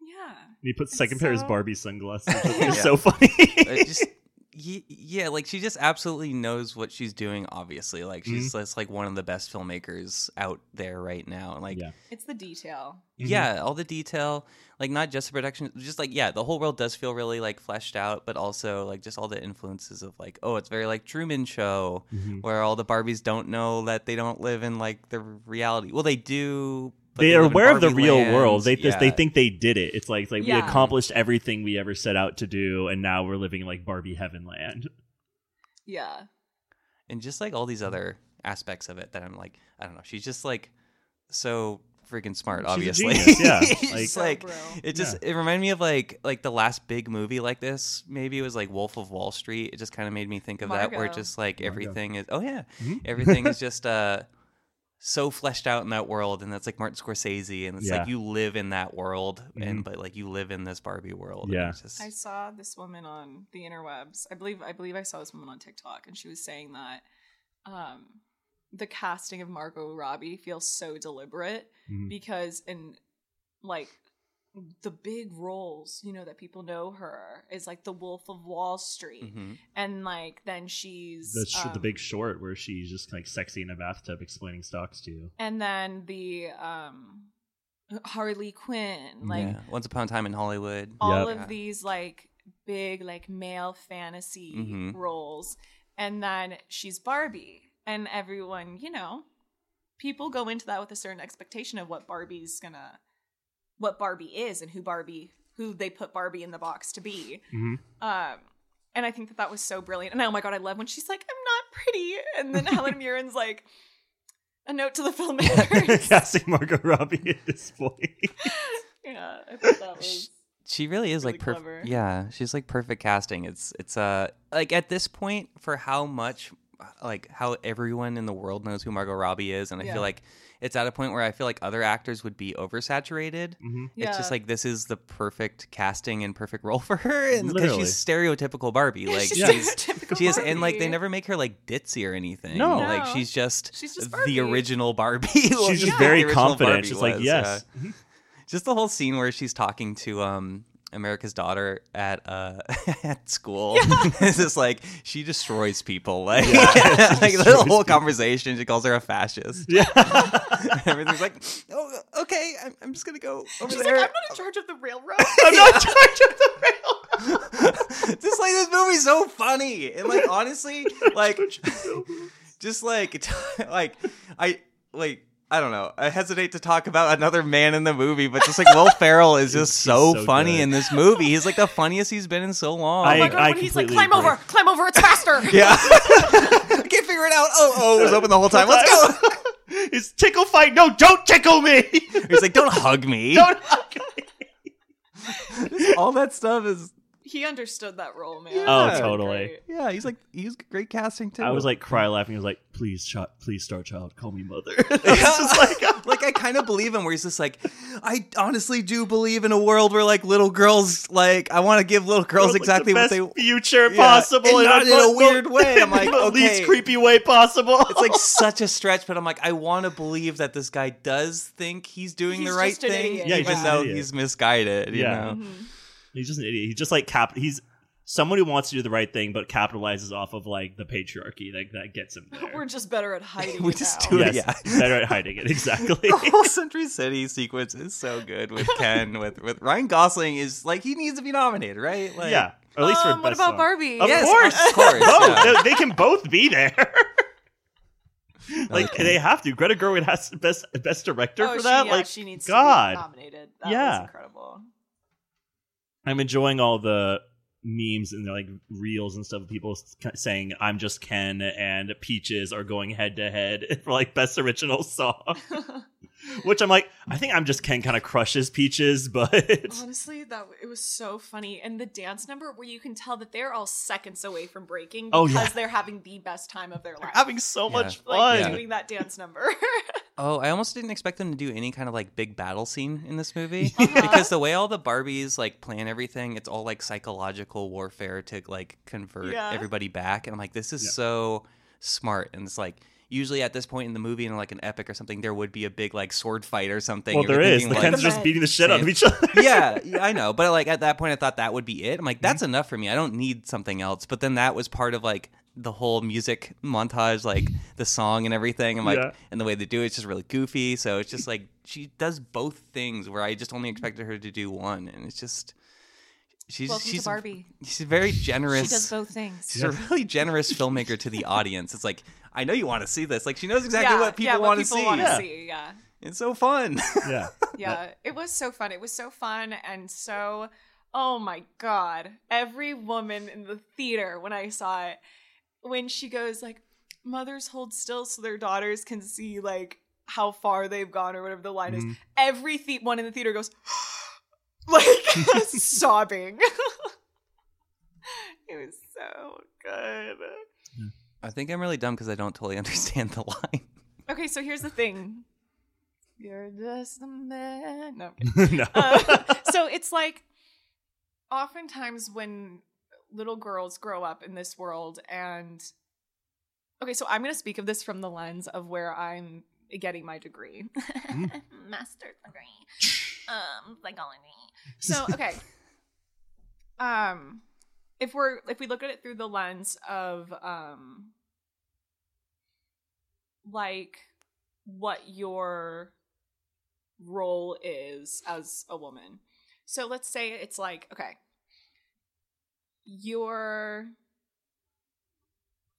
Speaker 3: yeah.
Speaker 2: He puts
Speaker 3: It's
Speaker 2: second pair of his
Speaker 3: so-
Speaker 2: Barbie sunglasses. which
Speaker 1: Yeah.
Speaker 2: is so funny.
Speaker 1: It just ye- yeah like she just absolutely knows what she's doing obviously like she's just like one of the best filmmakers out there right now and like
Speaker 2: Yeah.
Speaker 3: It's the detail.
Speaker 2: Mm-hmm.
Speaker 1: yeah all the detail like not just the production just like yeah the whole world does feel really like fleshed out but also like just all the influences of like oh it's very like truman show
Speaker 2: Mhm.
Speaker 1: where all the Barbies don't know that they don't live in like the reality. Well, they do. but
Speaker 2: They are
Speaker 1: live in
Speaker 2: aware of the
Speaker 1: Barbie
Speaker 2: real
Speaker 1: land.
Speaker 2: world. They just they
Speaker 1: Yeah.
Speaker 2: think they did it. It's like it's like we
Speaker 3: Yeah.
Speaker 2: accomplished everything we ever set out to do, and now we're living in like Barbie heaven land.
Speaker 3: Yeah.
Speaker 1: and just like all these
Speaker 2: Mm-hmm.
Speaker 1: other aspects of it that I'm like, I don't know. She's just like so freaking smart.
Speaker 2: She's a
Speaker 1: Obviously,
Speaker 2: genius, yeah.
Speaker 1: It's
Speaker 3: Like-
Speaker 1: like it just it reminded me of like like the last big movie like this. Maybe it was like Wolf of Wall Street. It just kind of made me think of that, where
Speaker 3: Margot.
Speaker 1: just like
Speaker 2: Margot.
Speaker 1: everything is. Oh yeah,
Speaker 2: Mhm.
Speaker 1: everything is just uh so fleshed out in that world and that's like Martin Scorsese and it's
Speaker 2: Yeah.
Speaker 1: like you live in that world
Speaker 2: Mhm.
Speaker 1: and but like you live in this Barbie world and
Speaker 2: Yeah.
Speaker 1: it's just-
Speaker 3: I saw this woman on the interwebs. I believe I believe I saw this woman on TikTok, and she was saying that um, the casting of Margot Robbie feels so deliberate
Speaker 2: Mhm.
Speaker 3: because in like the big roles, you know, that people know her is like the Wolf of Wall Street,
Speaker 1: Mhm.
Speaker 3: and like then she's
Speaker 2: That's sh- Mm-hmm. the
Speaker 3: um,
Speaker 2: Big Short, where she's just like sexy in a bathtub explaining stocks to you.
Speaker 3: and then the um, Harley Quinn, like
Speaker 1: yeah. Once upon a time in Hollywood.
Speaker 3: all
Speaker 1: Yeah.
Speaker 3: of these like big like male fantasy
Speaker 1: Mhm.
Speaker 3: roles and then she's barbie and everyone you know people go into that with a certain expectation of what barbie's gonna what barbie is and who barbie who they put barbie in the box to be
Speaker 2: Mhm.
Speaker 3: um and i think that that was so brilliant and oh my god i love when she's like i'm not pretty and then helen mirren's like a note to the filmmakers
Speaker 2: Casting Margot Robbie at this point.
Speaker 3: yeah i thought that was
Speaker 1: She really is
Speaker 3: Really
Speaker 1: like
Speaker 3: clever.
Speaker 1: perfect. Yeah, she's like perfect casting. It's it's uh like at this point for how much uh, like how everyone in the world knows who Margot Robbie is and I
Speaker 3: Yeah.
Speaker 1: feel like it's at a point where I feel like other actors would be oversaturated.
Speaker 2: hmm
Speaker 3: yeah.
Speaker 1: It's just like this is the perfect casting and perfect role for her, and because
Speaker 2: Literally.
Speaker 1: she's stereotypical Barbie,
Speaker 3: Yeah,
Speaker 1: like
Speaker 3: she's
Speaker 1: she's
Speaker 3: stereotypical
Speaker 1: she is, and like they
Speaker 3: Barbie.
Speaker 1: never make her like ditzy or anything.
Speaker 2: No.
Speaker 1: like
Speaker 3: No.
Speaker 1: she's just,
Speaker 3: She's just Barbie.
Speaker 1: the original Barbie. She's
Speaker 2: She's just very confident. she's like, yes.
Speaker 1: Just the whole scene where she's talking to um America's daughter at uh at school. it's just like she destroys people. Like, like the
Speaker 2: destroys
Speaker 1: whole conversation, she calls her a fascist.
Speaker 2: Yeah.
Speaker 1: Everything's like, oh, okay, I'm, I'm just gonna go over
Speaker 3: She's like,
Speaker 1: there.
Speaker 3: I'm not in charge of the railroad.
Speaker 2: I'm not in charge of the
Speaker 1: just like this movie's so funny and like honestly like just like like i like I don't know. I hesitate to talk about another man in the movie, but just like Will Ferrell is just
Speaker 2: He's- he's
Speaker 1: so,
Speaker 2: so
Speaker 1: funny
Speaker 2: good.
Speaker 1: in this movie. He's like the funniest he's been in so long.
Speaker 2: I-
Speaker 3: Oh my god,
Speaker 2: I
Speaker 3: when he's like,
Speaker 2: completely
Speaker 3: climb
Speaker 2: agree.
Speaker 3: over, climb over, it's faster.
Speaker 1: yeah. I can't figure it out. Oh, oh, it was open the whole time. Let's go.
Speaker 2: it's tickle fight. No, don't tickle me.
Speaker 1: He's like, don't hug me.
Speaker 2: don't hug me.
Speaker 1: All that stuff is.
Speaker 3: He understood that role, man.
Speaker 1: Oh,
Speaker 3: That's
Speaker 2: totally.
Speaker 3: great.
Speaker 1: Yeah, he's like, he's great casting too.
Speaker 2: I was like cry laughing. I was like, please, child, please, star child, call me mother. It's just like,
Speaker 1: like I kind of believe him where he's just like I honestly do believe in a world where like little girls like I want to give little girls exactly what
Speaker 2: like the
Speaker 1: they
Speaker 2: best future
Speaker 1: Yeah,
Speaker 2: possible,
Speaker 1: and
Speaker 2: in
Speaker 1: not in
Speaker 2: a,
Speaker 1: a
Speaker 2: mo-
Speaker 1: weird way. I'm like,
Speaker 2: in the least
Speaker 1: okay.
Speaker 2: creepy way possible.
Speaker 1: It's like such a stretch but I'm like I want to believe that this guy does think he's doing
Speaker 3: He's
Speaker 1: the right
Speaker 3: just an
Speaker 1: thing
Speaker 3: idiot.
Speaker 2: Yeah, he's
Speaker 1: even
Speaker 2: just an
Speaker 1: though
Speaker 2: idiot.
Speaker 1: he's misguided, you
Speaker 2: Yeah.
Speaker 1: know.
Speaker 3: Mhm.
Speaker 2: he's just an idiot. He's just like cap. He's someone who wants to do the right thing, but capitalizes off of like the patriarchy. Like that gets him there.
Speaker 3: We're just better at hiding.
Speaker 1: We
Speaker 3: it
Speaker 1: just
Speaker 3: now.
Speaker 1: do it.
Speaker 2: yes,
Speaker 1: Yeah.
Speaker 2: he's better at hiding it. Exactly.
Speaker 1: The whole Century City sequence is so good with Ken with with Ryan Gosling is like he needs to be nominated, right? Like
Speaker 2: yeah, at least for
Speaker 3: um, what
Speaker 2: best
Speaker 3: about
Speaker 2: song.
Speaker 3: Barbie?
Speaker 2: Of
Speaker 1: Yes,
Speaker 2: course.
Speaker 1: of course.
Speaker 2: Both.
Speaker 1: yeah.
Speaker 2: They, they can both be there. like
Speaker 1: Okay.
Speaker 2: they have to. Greta Gerwig has best best director
Speaker 3: Oh,
Speaker 2: for
Speaker 3: she-
Speaker 2: that.
Speaker 3: yeah,
Speaker 2: like
Speaker 3: she needs
Speaker 2: God.
Speaker 3: to be nominated. That
Speaker 2: Yeah.
Speaker 3: was incredible.
Speaker 2: I'm enjoying all the memes and like reels and stuff of people s- saying I'm just Ken and Peaches are going head to head for like best original song. Which I'm like, I think I'm just Ken kind of crushes Peaches, but
Speaker 3: Honestly, that w- it was so funny, and the dance number where you can tell that they're all seconds away from breaking because
Speaker 2: Oh, yeah.
Speaker 3: they're having the best time of their life.
Speaker 2: having so
Speaker 1: Yeah.
Speaker 2: much
Speaker 3: like
Speaker 2: fun.
Speaker 3: doing that dance number.
Speaker 1: Oh, I almost didn't expect them to do any kind of like big battle scene in this movie
Speaker 3: Uh-huh.
Speaker 1: because the way all the Barbies like plan everything, it's all like psychological warfare to like convert
Speaker 3: Yeah.
Speaker 1: everybody back. And I'm like, this is
Speaker 2: Yeah.
Speaker 1: so smart. And it's like usually at this point in the movie, in like an epic or something, there would be a big like sword fight or something.
Speaker 2: Well,
Speaker 1: You're
Speaker 2: there is.
Speaker 1: thinking,
Speaker 2: The
Speaker 1: like,
Speaker 2: Kens are just
Speaker 3: Same.
Speaker 2: beating the shit out of
Speaker 1: Same.
Speaker 2: each other.
Speaker 1: yeah, yeah, I know. But like at that point, I thought that would be it. I'm like, that's enough for me. I don't need something else. But then that was part of like the whole music montage, like the song and everything. I'm like,
Speaker 2: Yeah.
Speaker 1: and the way they do it's just really goofy. So it's just like she does both things where I just only expected her to do one, and it's just she's
Speaker 4: Welcome
Speaker 1: she's
Speaker 4: to Barbie.
Speaker 1: she's very generous.
Speaker 4: She does both things.
Speaker 1: She's a really generous filmmaker to the audience. It's like I know you want to see this. Like she knows exactly
Speaker 3: yeah,
Speaker 1: what people
Speaker 3: yeah,
Speaker 1: want to
Speaker 3: people
Speaker 1: see.
Speaker 3: wanna
Speaker 2: Yeah.
Speaker 3: see, yeah.
Speaker 1: It's so fun.
Speaker 2: yeah.
Speaker 3: yeah it was so fun it was so fun and so oh my god every woman in the theater when i saw it when she goes like mothers hold still so their daughters can see like how far they've gone or whatever the line is
Speaker 1: Mm.
Speaker 2: Mhm.
Speaker 3: every the- one in the theater goes like sobbing it was so good
Speaker 1: I think I'm really dumb because I don't totally understand the line.
Speaker 3: okay so here's the thing you're just a man no I'm kidding.
Speaker 2: no.
Speaker 3: Uh, so it's like oftentimes when little girls grow up in this world and okay so i'm going to speak of this from the lens of where i'm getting my degree
Speaker 4: Master degree. Um, psychology.
Speaker 3: so okay um if we're if we look at it through the lens of um like what your role is as a woman so let's say it's like okay your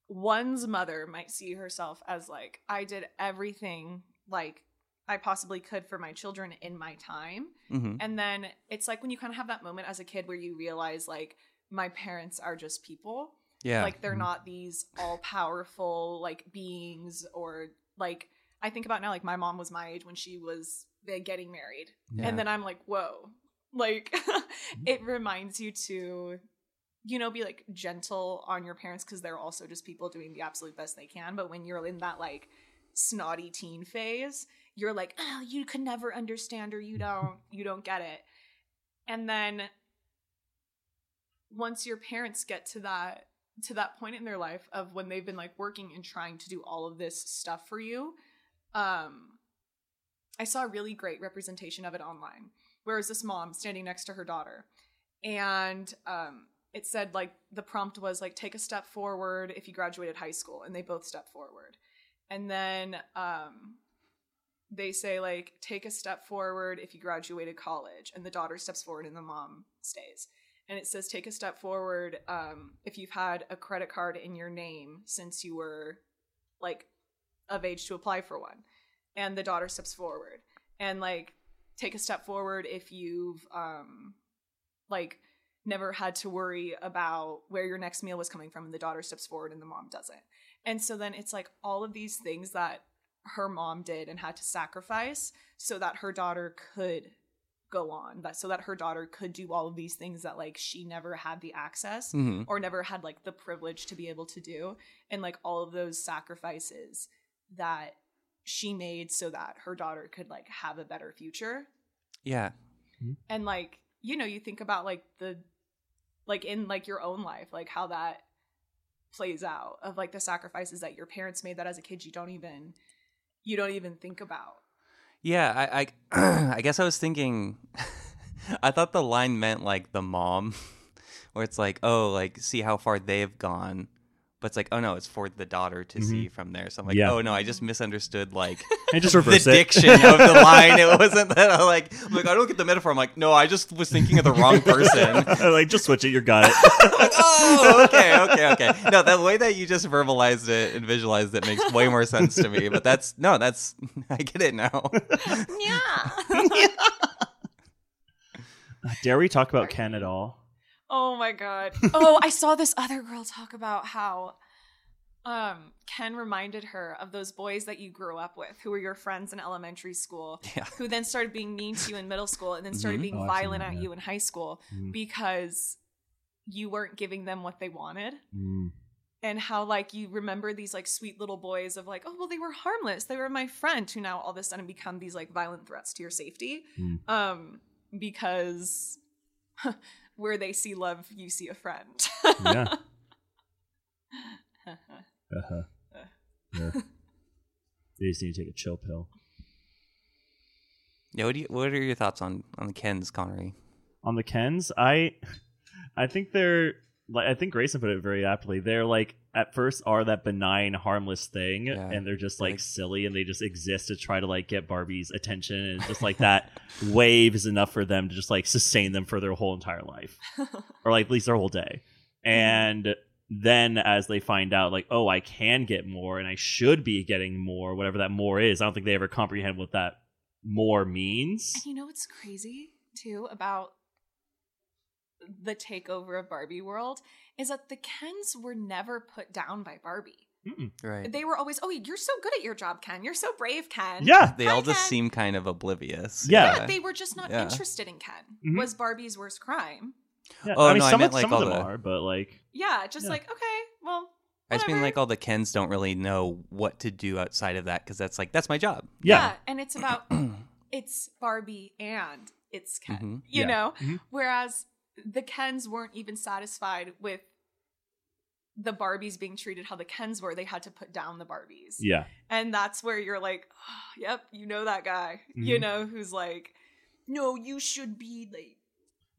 Speaker 3: one's mother might see herself as like i did everything like i possibly could for my children in my time
Speaker 1: hmm
Speaker 3: and then it's like when you kind of have that moment as a kid where you realize, like, my parents are just people.
Speaker 1: Yeah. Mm-hmm.
Speaker 3: Like, they're
Speaker 2: Mhm.
Speaker 3: not these all powerful, like, beings or, like, I think about now, like, my mom was my age when she was uh, getting married.
Speaker 1: Mm, Yeah.
Speaker 3: And then I'm like, whoa. Like, it reminds you to, you know, be like gentle on your parents because they're also just people doing the absolute best they can. But when you're in that like snotty teen phase, you're like, oh, you could never understand or you don't, you don't get it. And then once your parents get to that, to that point in their life of when they've been like working and trying to do all of this stuff for you, um, I saw a really great representation of it online. Where is this mom standing next to her daughter? And um, it said, like, the prompt was, like, take a step forward if you graduated high school. And they both step forward. And then um, they say, like, take a step forward if you graduated college. And the daughter steps forward and the mom stays. And it says, take a step forward um, if you've had a credit card in your name since you were, like, of age to apply for one and the daughter steps forward and like take a step forward if you've um like never had to worry about where your next meal was coming from and the daughter steps forward and the mom doesn't and so then it's like all of these things that her mom did and had to sacrifice so that her daughter could go on that so that her daughter could do all of these things that like she never had the access
Speaker 1: Mhm.
Speaker 3: or never had like the privilege to be able to do and like all of those sacrifices that she made so that her daughter could like have a better future
Speaker 1: Yeah.
Speaker 3: and like you know you think about like the like in like your own life like how that plays out of like the sacrifices that your parents made that as a kid you don't even you don't even think about
Speaker 1: Yeah, I I, I guess I was thinking I thought the line meant like the mom where it's like, "Oh, like see how far they've gone." But it's like, "Oh no, it's for the daughter to
Speaker 2: Mhm.
Speaker 1: see from there." So I'm like,
Speaker 2: Yeah.
Speaker 1: "Oh no, I just misunderstood like
Speaker 2: I just
Speaker 1: the
Speaker 2: reverse it.
Speaker 1: diction of the line. It wasn't that I like I'm like I don't get the metaphor. I'm like, "No, I just was thinking of the wrong person."
Speaker 2: like just switch it. You got it.
Speaker 1: like, oh, okay, okay, okay. No, the way that you just verbalized it and visualized it makes way more sense to me. But that's no, that's I get it now.
Speaker 4: Yeah.
Speaker 2: Dare we talk about Ken at all?
Speaker 3: Oh my god. Oh, I saw this other girl talk about how um Ken reminded her of those boys that you grew up with who were your friends in elementary school
Speaker 1: Yeah.
Speaker 3: who then started being mean to you in middle school and then started
Speaker 1: Mhm.
Speaker 3: being
Speaker 2: Oh, I've seen
Speaker 3: violent
Speaker 2: that,
Speaker 3: at
Speaker 2: yeah.
Speaker 3: you in high school
Speaker 2: Mhm.
Speaker 3: because you weren't giving them what they wanted
Speaker 2: Mm.
Speaker 3: and how like you remember these like sweet little boys of like oh well they were harmless they were my friend who now all of a sudden become these like violent threats to your safety
Speaker 2: Hmm.
Speaker 3: um because where they see love you see a friend
Speaker 2: Yeah. Uh-huh. Yeah. They just need to take a chill pill.
Speaker 1: Yeah, what do you, what are your thoughts on on Ken's Connery?
Speaker 2: on the Kens, I I think they're like I think Grayson put it very aptly. They're like at first are that benign, harmless thing,
Speaker 1: Yeah.
Speaker 2: and they're just like
Speaker 1: Like-
Speaker 2: silly, and they just exist to try to like get Barbie's attention, and just like that wave is enough for them to just like sustain them for their whole entire life, or like at least their whole day. And then as they find out, like, oh, I can get more, and I should be getting more, whatever that more is. I don't think they ever comprehend what that more means.
Speaker 3: And you know what's crazy too about the takeover of Barbie World is that the Kens were never put down by Barbie.
Speaker 2: Mm-mm.
Speaker 1: Right.
Speaker 3: They were always, "Oh, you're so good at your job, Ken. You're so brave, Ken."
Speaker 2: Yeah,
Speaker 1: They all
Speaker 3: Hi,
Speaker 1: just
Speaker 3: Ken.
Speaker 1: seem kind of oblivious.
Speaker 2: Yeah.
Speaker 3: Yeah, they were just not
Speaker 1: Yeah.
Speaker 3: interested in Ken.
Speaker 2: Mhm.
Speaker 3: Was Barbie's worst crime?
Speaker 2: Yeah,
Speaker 1: Oh,
Speaker 2: I mean,
Speaker 1: no, I
Speaker 2: some,
Speaker 1: meant,
Speaker 2: of,
Speaker 1: like,
Speaker 2: some of
Speaker 1: all
Speaker 2: them
Speaker 1: the-
Speaker 2: are, but like,
Speaker 3: Yeah, just
Speaker 2: Yeah.
Speaker 3: like okay, well,
Speaker 1: I just mean
Speaker 3: whatever.
Speaker 1: like all the Kens don't really know what to do outside of that because that's like that's my job.
Speaker 2: yeah,
Speaker 3: and it's about it's Barbie and it's Ken,
Speaker 1: Mhm.
Speaker 3: you
Speaker 2: Yeah.
Speaker 3: know?
Speaker 2: Mhm.
Speaker 3: Whereas the Kens weren't even satisfied with the Barbies being treated how the Kens were. They had to put down the Barbies.
Speaker 2: yeah,
Speaker 3: And that's where you're like, "Oh, yep, you know that guy, you
Speaker 2: Mhm.
Speaker 3: know, who's like, no, you should be like,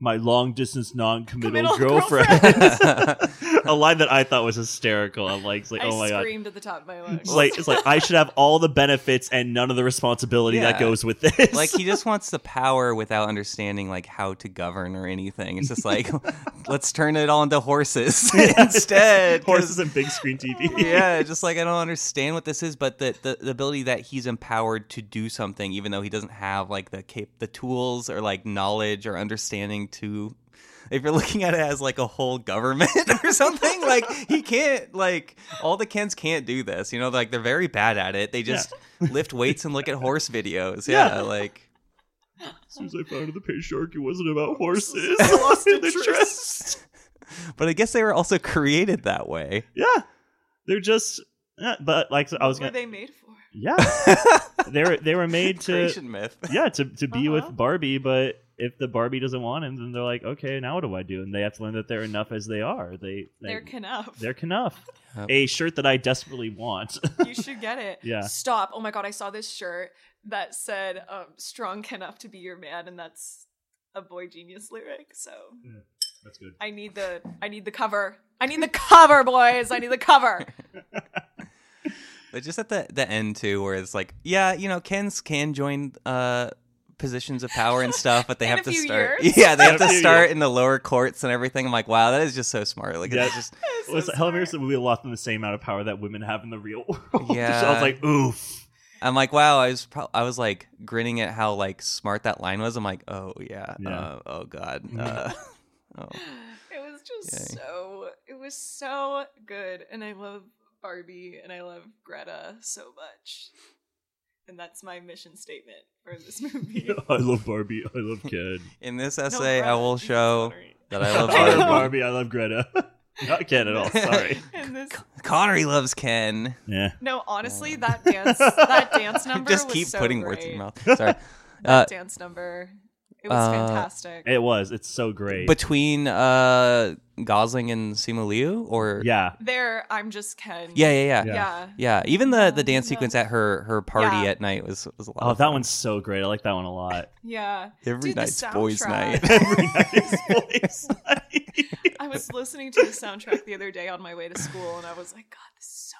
Speaker 2: my long distance non committal
Speaker 3: Committal
Speaker 2: girlfriend.
Speaker 1: girlfriend.
Speaker 2: a line that I thought was hysterical. I'm like, it's like,
Speaker 3: I
Speaker 2: oh my god.
Speaker 3: screamed at the top of my lungs.
Speaker 2: It's like, it's like I should have all the benefits and none of the responsibility
Speaker 1: Yeah.
Speaker 2: that goes with this.
Speaker 1: like he just wants the power without understanding like how to govern or anything. It's just like let's turn it all into horses instead. 'cause-
Speaker 2: horses and big screen TV.
Speaker 1: yeah, just like I don't understand what this is, but the, the, the ability that he's empowered to do something, even though he doesn't have like the cap- the tools or like knowledge or understanding to. If you're looking at it as like a whole government or something, like he can't, like all the Kens can't do this. You know, like they're very bad at it. They just lift weights and look at horse videos. Yeah,
Speaker 2: Yeah.
Speaker 1: like
Speaker 2: As soon as I found out the patriarchy wasn't about horses,
Speaker 3: I lost
Speaker 2: They're
Speaker 3: interest.
Speaker 2: dressed-
Speaker 1: But I guess they were also created that way.
Speaker 2: Yeah, they're just. yeah, but like I was
Speaker 3: what were
Speaker 2: gonna,
Speaker 3: they made for?
Speaker 2: yeah, they were they were made to
Speaker 1: Creation myth.
Speaker 2: yeah to, to be
Speaker 3: Uh-huh.
Speaker 2: with barbie but if the barbie doesn't want him then they're like okay now what do i do and they have to learn that they're enough as they are they, they
Speaker 3: They're enough.
Speaker 2: they're enough
Speaker 1: Yep.
Speaker 2: a shirt that i desperately want
Speaker 3: you should get it.
Speaker 2: Yeah.
Speaker 3: Stop. Oh my god, I saw this shirt that said um, "strong enough to be your man," and that's a boy genius lyric. So
Speaker 2: that's good
Speaker 3: I need the I need the cover. I need the cover, boys. I need the cover.
Speaker 1: But just at the the end too, where it's like, yeah, you know, Kens can join uh positions of power and stuff, but they
Speaker 3: In
Speaker 1: have
Speaker 3: a
Speaker 1: to
Speaker 3: few
Speaker 1: start.
Speaker 3: years.
Speaker 1: Yeah, they
Speaker 2: In
Speaker 1: have
Speaker 2: a
Speaker 1: to
Speaker 2: few
Speaker 1: start
Speaker 2: years.
Speaker 1: in the lower courts and everything. I'm like, wow, that is just so smart. Like,
Speaker 2: Yeah.
Speaker 1: it's just
Speaker 3: It's so
Speaker 2: well, it's like, Helen
Speaker 3: smart.
Speaker 2: Mirren's movie a lot than the same amount of power that women have in the real world.
Speaker 1: Yeah.
Speaker 2: I was like, oof.
Speaker 1: I'm like, wow. I was pro- I was like grinning at how like smart that line was. I'm like, oh yeah.
Speaker 2: Yeah.
Speaker 1: Uh, oh god.
Speaker 2: Mhm.
Speaker 1: Uh, oh.
Speaker 3: It was just
Speaker 1: Yay.
Speaker 3: so it was so good and I love Barbie and I love Greta so much. And that's my mission statement for this movie.
Speaker 2: I love Barbie. I love Ken.
Speaker 1: In this
Speaker 3: No,
Speaker 1: essay, I
Speaker 3: Greta,
Speaker 1: will
Speaker 3: Jesus,
Speaker 1: show
Speaker 3: Connery.
Speaker 1: that I love
Speaker 2: I love
Speaker 1: Barbie.
Speaker 2: Barbie. I love Greta. Not Ken at all. Sorry.
Speaker 3: And this
Speaker 1: Connery loves Ken.
Speaker 2: Yeah.
Speaker 3: No, honestly, that dance that dance number
Speaker 1: Um, Just
Speaker 3: was
Speaker 1: keep
Speaker 3: so
Speaker 1: putting
Speaker 3: great.
Speaker 1: words in your mouth. Sorry. Uh,
Speaker 3: dance number. It was
Speaker 1: uh,
Speaker 3: fantastic.
Speaker 2: It was. It's so great.
Speaker 1: between uh, Gosling and Simu Liu, or
Speaker 2: yeah.
Speaker 3: there, I'm just Ken.
Speaker 1: yeah, yeah, yeah,
Speaker 3: yeah.
Speaker 1: yeah. Even the the dance
Speaker 3: Yeah.
Speaker 1: sequence at her her party
Speaker 3: Yeah.
Speaker 1: at night was was a lot.
Speaker 2: Oh,
Speaker 1: of
Speaker 2: that
Speaker 1: fun.
Speaker 2: one's so great. I like that one a lot.
Speaker 3: yeah.
Speaker 1: every
Speaker 3: Dude, the
Speaker 1: night's boys'
Speaker 3: soundtrack.
Speaker 1: night.
Speaker 2: Every night's voice.
Speaker 3: I was listening to the soundtrack the other day on my way to school, and I was like, God, this is so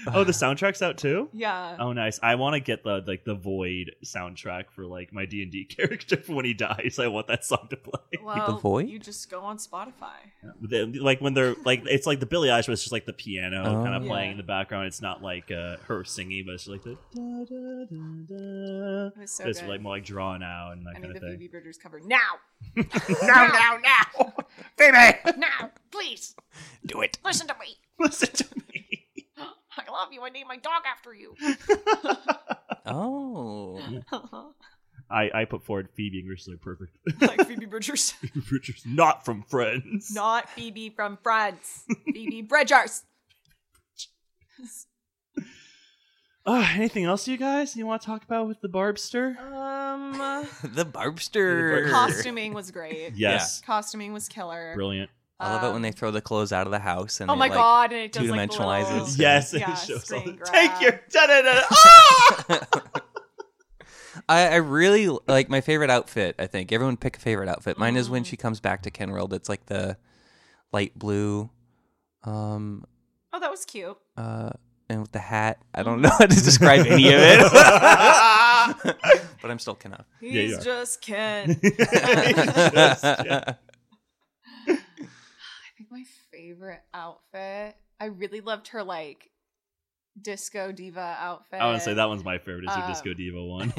Speaker 2: oh, the soundtrack's out too.
Speaker 3: good. Yeah.
Speaker 2: Oh, nice. I want to get the like the void soundtrack for like my D and D character for when he dies. I want that song to play.
Speaker 3: Well,
Speaker 1: Void?
Speaker 3: you just go on Spotify.
Speaker 2: The- like when they're like it's like the Billie Eilish was just like the piano
Speaker 1: Oh.
Speaker 2: kind of
Speaker 3: Yeah.
Speaker 2: playing in the background. It's not like uh, her singing, but it's like the da, da, da, da.
Speaker 3: It was so
Speaker 2: But it's
Speaker 3: good.
Speaker 2: like more like drawn out and that
Speaker 3: I
Speaker 2: kind
Speaker 3: need
Speaker 2: of
Speaker 3: the
Speaker 2: thing.
Speaker 3: BB Birders cover now.
Speaker 4: now, now, now.
Speaker 1: Baby,
Speaker 4: Now, please,
Speaker 1: do it.
Speaker 4: listen to me.
Speaker 2: Listen to me.
Speaker 4: I love you. I named my dog after you.
Speaker 1: Oh,
Speaker 2: I, I put forward Phoebe English is perfect.
Speaker 3: like Phoebe Bridgers.
Speaker 2: Richard's not from Friends.
Speaker 3: Not Phoebe from France. Phoebe Bridgers.
Speaker 2: Uh, anything else, you guys? You want to talk about with the Barbster?
Speaker 3: Uh, Um,
Speaker 1: the barbster.
Speaker 3: costuming was great.
Speaker 2: Yes,
Speaker 3: Costuming was killer.
Speaker 2: brilliant.
Speaker 1: I love it when
Speaker 3: Um,
Speaker 1: they throw the clothes out of the house and
Speaker 3: Oh
Speaker 1: they,
Speaker 3: my
Speaker 1: like,
Speaker 3: god! And it does like the
Speaker 1: two-dimensionalizes.
Speaker 3: little,
Speaker 1: Yes.
Speaker 2: Yes, it
Speaker 3: yeah,
Speaker 2: shows all
Speaker 3: screen
Speaker 2: the-
Speaker 3: grab.
Speaker 2: Take your da da da.
Speaker 1: I, I really like my favorite outfit. I think everyone pick a favorite outfit. Mine is when
Speaker 3: Mm-hmm.
Speaker 1: she comes back to Ken World. It's like the light blue, um,
Speaker 3: Oh, that was cute.
Speaker 1: uh, and with the hat. I don't know how to describe any of it, but I'm still Ken up.
Speaker 3: He's
Speaker 2: you are.
Speaker 3: just Ken.
Speaker 4: I think my favorite outfit. I really loved her like disco diva outfit.
Speaker 2: I want to say that one's my favorite. Is your
Speaker 3: Uh,
Speaker 4: Um,
Speaker 2: Disco Diva one?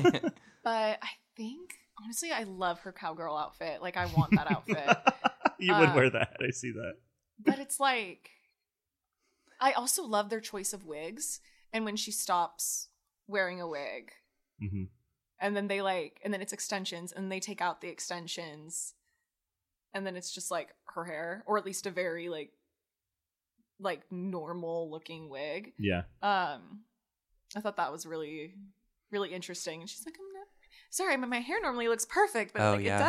Speaker 4: But I think honestly, I love her cowgirl outfit. Like I want that outfit.
Speaker 2: you would
Speaker 4: Uh,
Speaker 2: wear that. I see that.
Speaker 4: but it's like I also love their choice of wigs and when she stops wearing a wig
Speaker 2: hmm
Speaker 4: and then they like and then it's extensions and they take out the extensions and then it's just like her hair or at least a very like like normal looking wig.
Speaker 2: Yeah.
Speaker 4: Um I thought that was really really interesting and she's like I'm not sorry my, my hair normally looks perfect but
Speaker 1: Oh,
Speaker 4: like
Speaker 1: yeah.
Speaker 4: it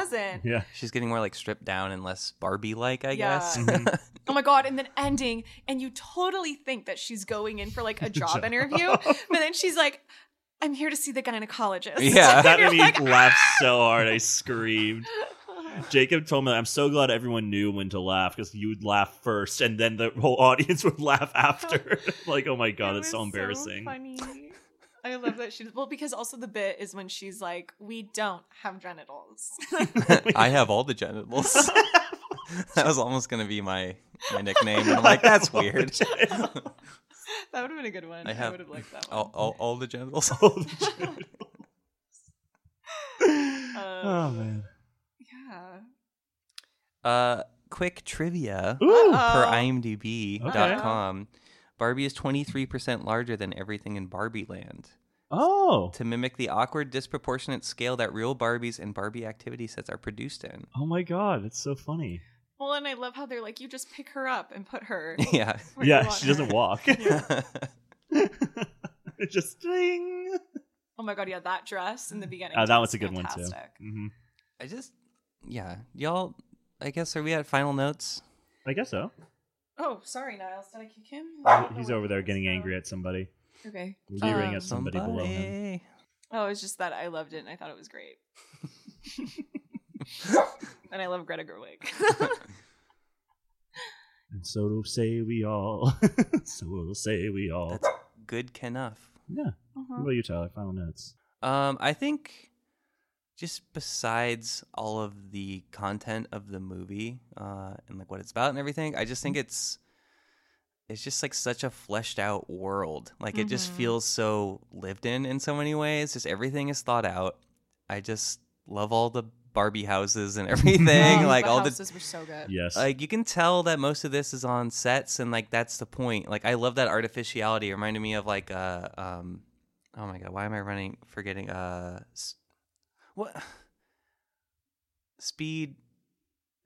Speaker 4: doesn't.
Speaker 2: Yeah.
Speaker 1: She's getting more like stripped down and less Barbie like, I
Speaker 3: Yeah.
Speaker 1: guess.
Speaker 2: Mhm.
Speaker 4: Oh my god, and then ending, and you totally think that she's going in for like a job interview, but then she's like, I'm here to see the gynecologist.
Speaker 1: Yeah.
Speaker 2: That
Speaker 4: You're
Speaker 2: made me
Speaker 4: like,
Speaker 2: laugh so hard. I screamed. Jacob told me, I'm so glad everyone knew when to laugh because you would laugh first and then the whole audience would laugh after. like, oh my God,
Speaker 3: It
Speaker 2: that's so
Speaker 3: was
Speaker 2: embarrassing.
Speaker 3: funny.
Speaker 4: I love that she well, because also the bit is when she's like, We don't have genitals.
Speaker 1: I have all the genitals. that was almost gonna be my my nickname. I'm like, that's weird.
Speaker 3: That would have been a good one.
Speaker 1: I
Speaker 3: I,
Speaker 1: have-
Speaker 3: would have liked that one.
Speaker 1: all, all, all the genitals.
Speaker 2: oh man.
Speaker 3: Yeah.
Speaker 1: Uh, quick trivia
Speaker 2: Ooh.
Speaker 1: per
Speaker 3: Uh,
Speaker 1: IMDb.com. Barbie is 23% larger than everything in Barbie Land
Speaker 2: Oh.
Speaker 1: to mimic the awkward, disproportionate scale that real Barbies and Barbie activity sets are produced in.
Speaker 2: Oh my God, that's so funny.
Speaker 4: well, and I love how they're like, you just pick her up and put her.
Speaker 1: yeah.
Speaker 4: where you
Speaker 2: yeah,
Speaker 4: want
Speaker 2: she doesn't
Speaker 4: her."
Speaker 2: walk. It's Just ding.
Speaker 4: Oh my god, yeah, that dress
Speaker 1: Mm.
Speaker 4: in the beginning.
Speaker 2: Uh, that was
Speaker 4: was
Speaker 2: a good one
Speaker 4: fantastic.
Speaker 2: too. hmm
Speaker 1: I just, yeah. Y'all, I guess, are we at final notes?
Speaker 2: I guess so.
Speaker 4: Oh, sorry, Niles. Did I kick him?
Speaker 2: Oh, He's over there getting angry at somebody,
Speaker 4: Okay.
Speaker 2: leering
Speaker 4: Um,
Speaker 2: at somebody, below him.
Speaker 1: Somebody.
Speaker 4: Oh, it's just that I loved it and I thought it was great. and I love Greta Gerwig.
Speaker 2: And so will say we all. so will say we all.
Speaker 1: That's good enough.
Speaker 2: yeah.
Speaker 4: Uh-huh.
Speaker 2: What about you, Tyler? Final notes.
Speaker 1: Um, I think just besides all of the
Speaker 2: Mm-hmm.
Speaker 1: content of the movie uh, and like what it's about and everything, I just think it's it's just like such a fleshed out world. Like it just
Speaker 3: Mm-hmm.
Speaker 5: Mhm.
Speaker 1: feels so lived in in so many ways. Just everything is thought out. I just love all the Barbie houses and everything.
Speaker 3: Oh,
Speaker 1: like
Speaker 3: the
Speaker 1: all the
Speaker 3: houses were so good.
Speaker 2: Yes.
Speaker 1: like you can tell that most of this is on sets and like that's the point like i love that artificiality it reminded me of like uh um oh my god why am i running forgetting uh s- what speed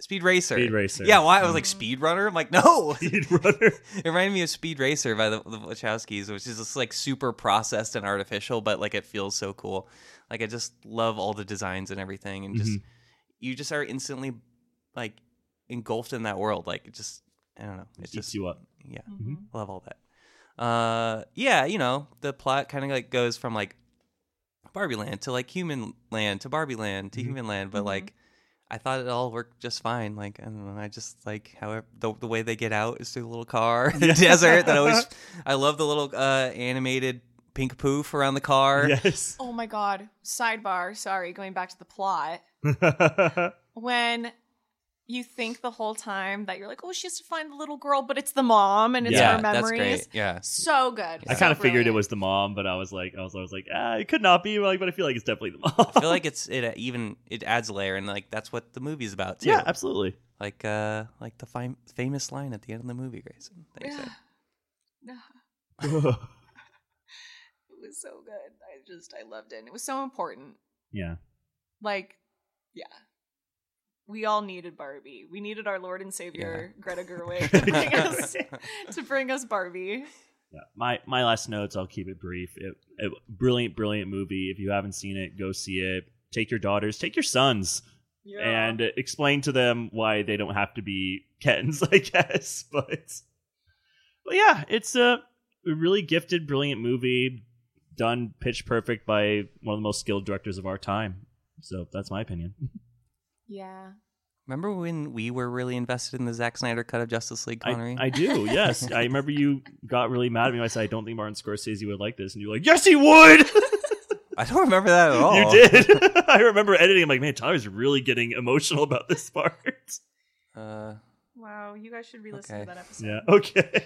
Speaker 1: speed racer
Speaker 2: Speed Racer.
Speaker 1: yeah why i was
Speaker 2: Mm.
Speaker 1: like speed runner i'm like no
Speaker 2: Speed Runner.
Speaker 1: it reminded me of speed racer by the, the wachowskis which is just like super processed and artificial but like it feels so cool like i just love all the designs and everything and just
Speaker 2: Mm-hmm.
Speaker 1: you just are instantly like engulfed in that world like it just i don't know it's
Speaker 2: It
Speaker 1: just
Speaker 2: eats you up.
Speaker 1: yeah
Speaker 3: Mm-hmm.
Speaker 2: Mhm.
Speaker 1: love all that uh yeah you know the plot kind of like goes from like barbie land to like human land to barbie land to
Speaker 2: Mhm.
Speaker 1: human land but
Speaker 3: Mhm.
Speaker 1: like i thought it all worked just fine like i don't know i just like however the, the way they get out is through the little car in the
Speaker 2: Yeah.
Speaker 1: desert that always i love the little uh animated pink poof around the car
Speaker 2: Yes.
Speaker 3: Oh my god. Sidebar, sorry, going back to the plot. When you think the whole time that you're like, oh, she has to find the little girl, but it's the mom and it's
Speaker 2: Yeah,
Speaker 3: her
Speaker 1: that's
Speaker 3: memories.
Speaker 1: great yeah
Speaker 3: So good.
Speaker 2: I
Speaker 1: Yeah.
Speaker 2: kind of
Speaker 3: So
Speaker 2: figured it
Speaker 3: brilliant.
Speaker 2: was the mom, but I was like, I was, I was like, ah, it could not be, like, but I feel like it's definitely the mom.
Speaker 1: I feel like it's it uh, even it adds a layer, and like that's what the movie's about too.
Speaker 2: yeah, absolutely.
Speaker 1: like uh, like the fam- famous line at the end of the movie, Grayson. that you said.
Speaker 3: It was so good. I just I loved it. And it was so important.
Speaker 2: yeah.
Speaker 3: Like, yeah. We all needed Barbie. We needed our Lord and Savior Greta Gerwig to bring us to bring us Barbie.
Speaker 2: Yeah. My my last notes. I'll keep it brief. It, it, brilliant, brilliant movie. If you haven't seen it, go see it. Take your daughters. Take your sons. and explain to them why they don't have to be Kens, I guess. But, but yeah, it's a really gifted, brilliant movie done pitch perfect by one of the most skilled directors of our time. So that's my opinion.
Speaker 3: Yeah.
Speaker 1: Remember when we were really invested in the Zack Snyder cut of Justice League,
Speaker 2: I,
Speaker 1: Connery?
Speaker 2: I do, yes. I remember you got really mad at me when I said, I don't think Martin Scorsese would like this. And you're like, yes, he would!
Speaker 1: I don't remember that at all.
Speaker 2: You did. I remember editing. I'm like, man, Tyler's really getting emotional about this part.
Speaker 1: Uh,
Speaker 3: Wow, you guys should re-listen
Speaker 1: Okay.
Speaker 3: to that episode.
Speaker 2: Yeah, okay.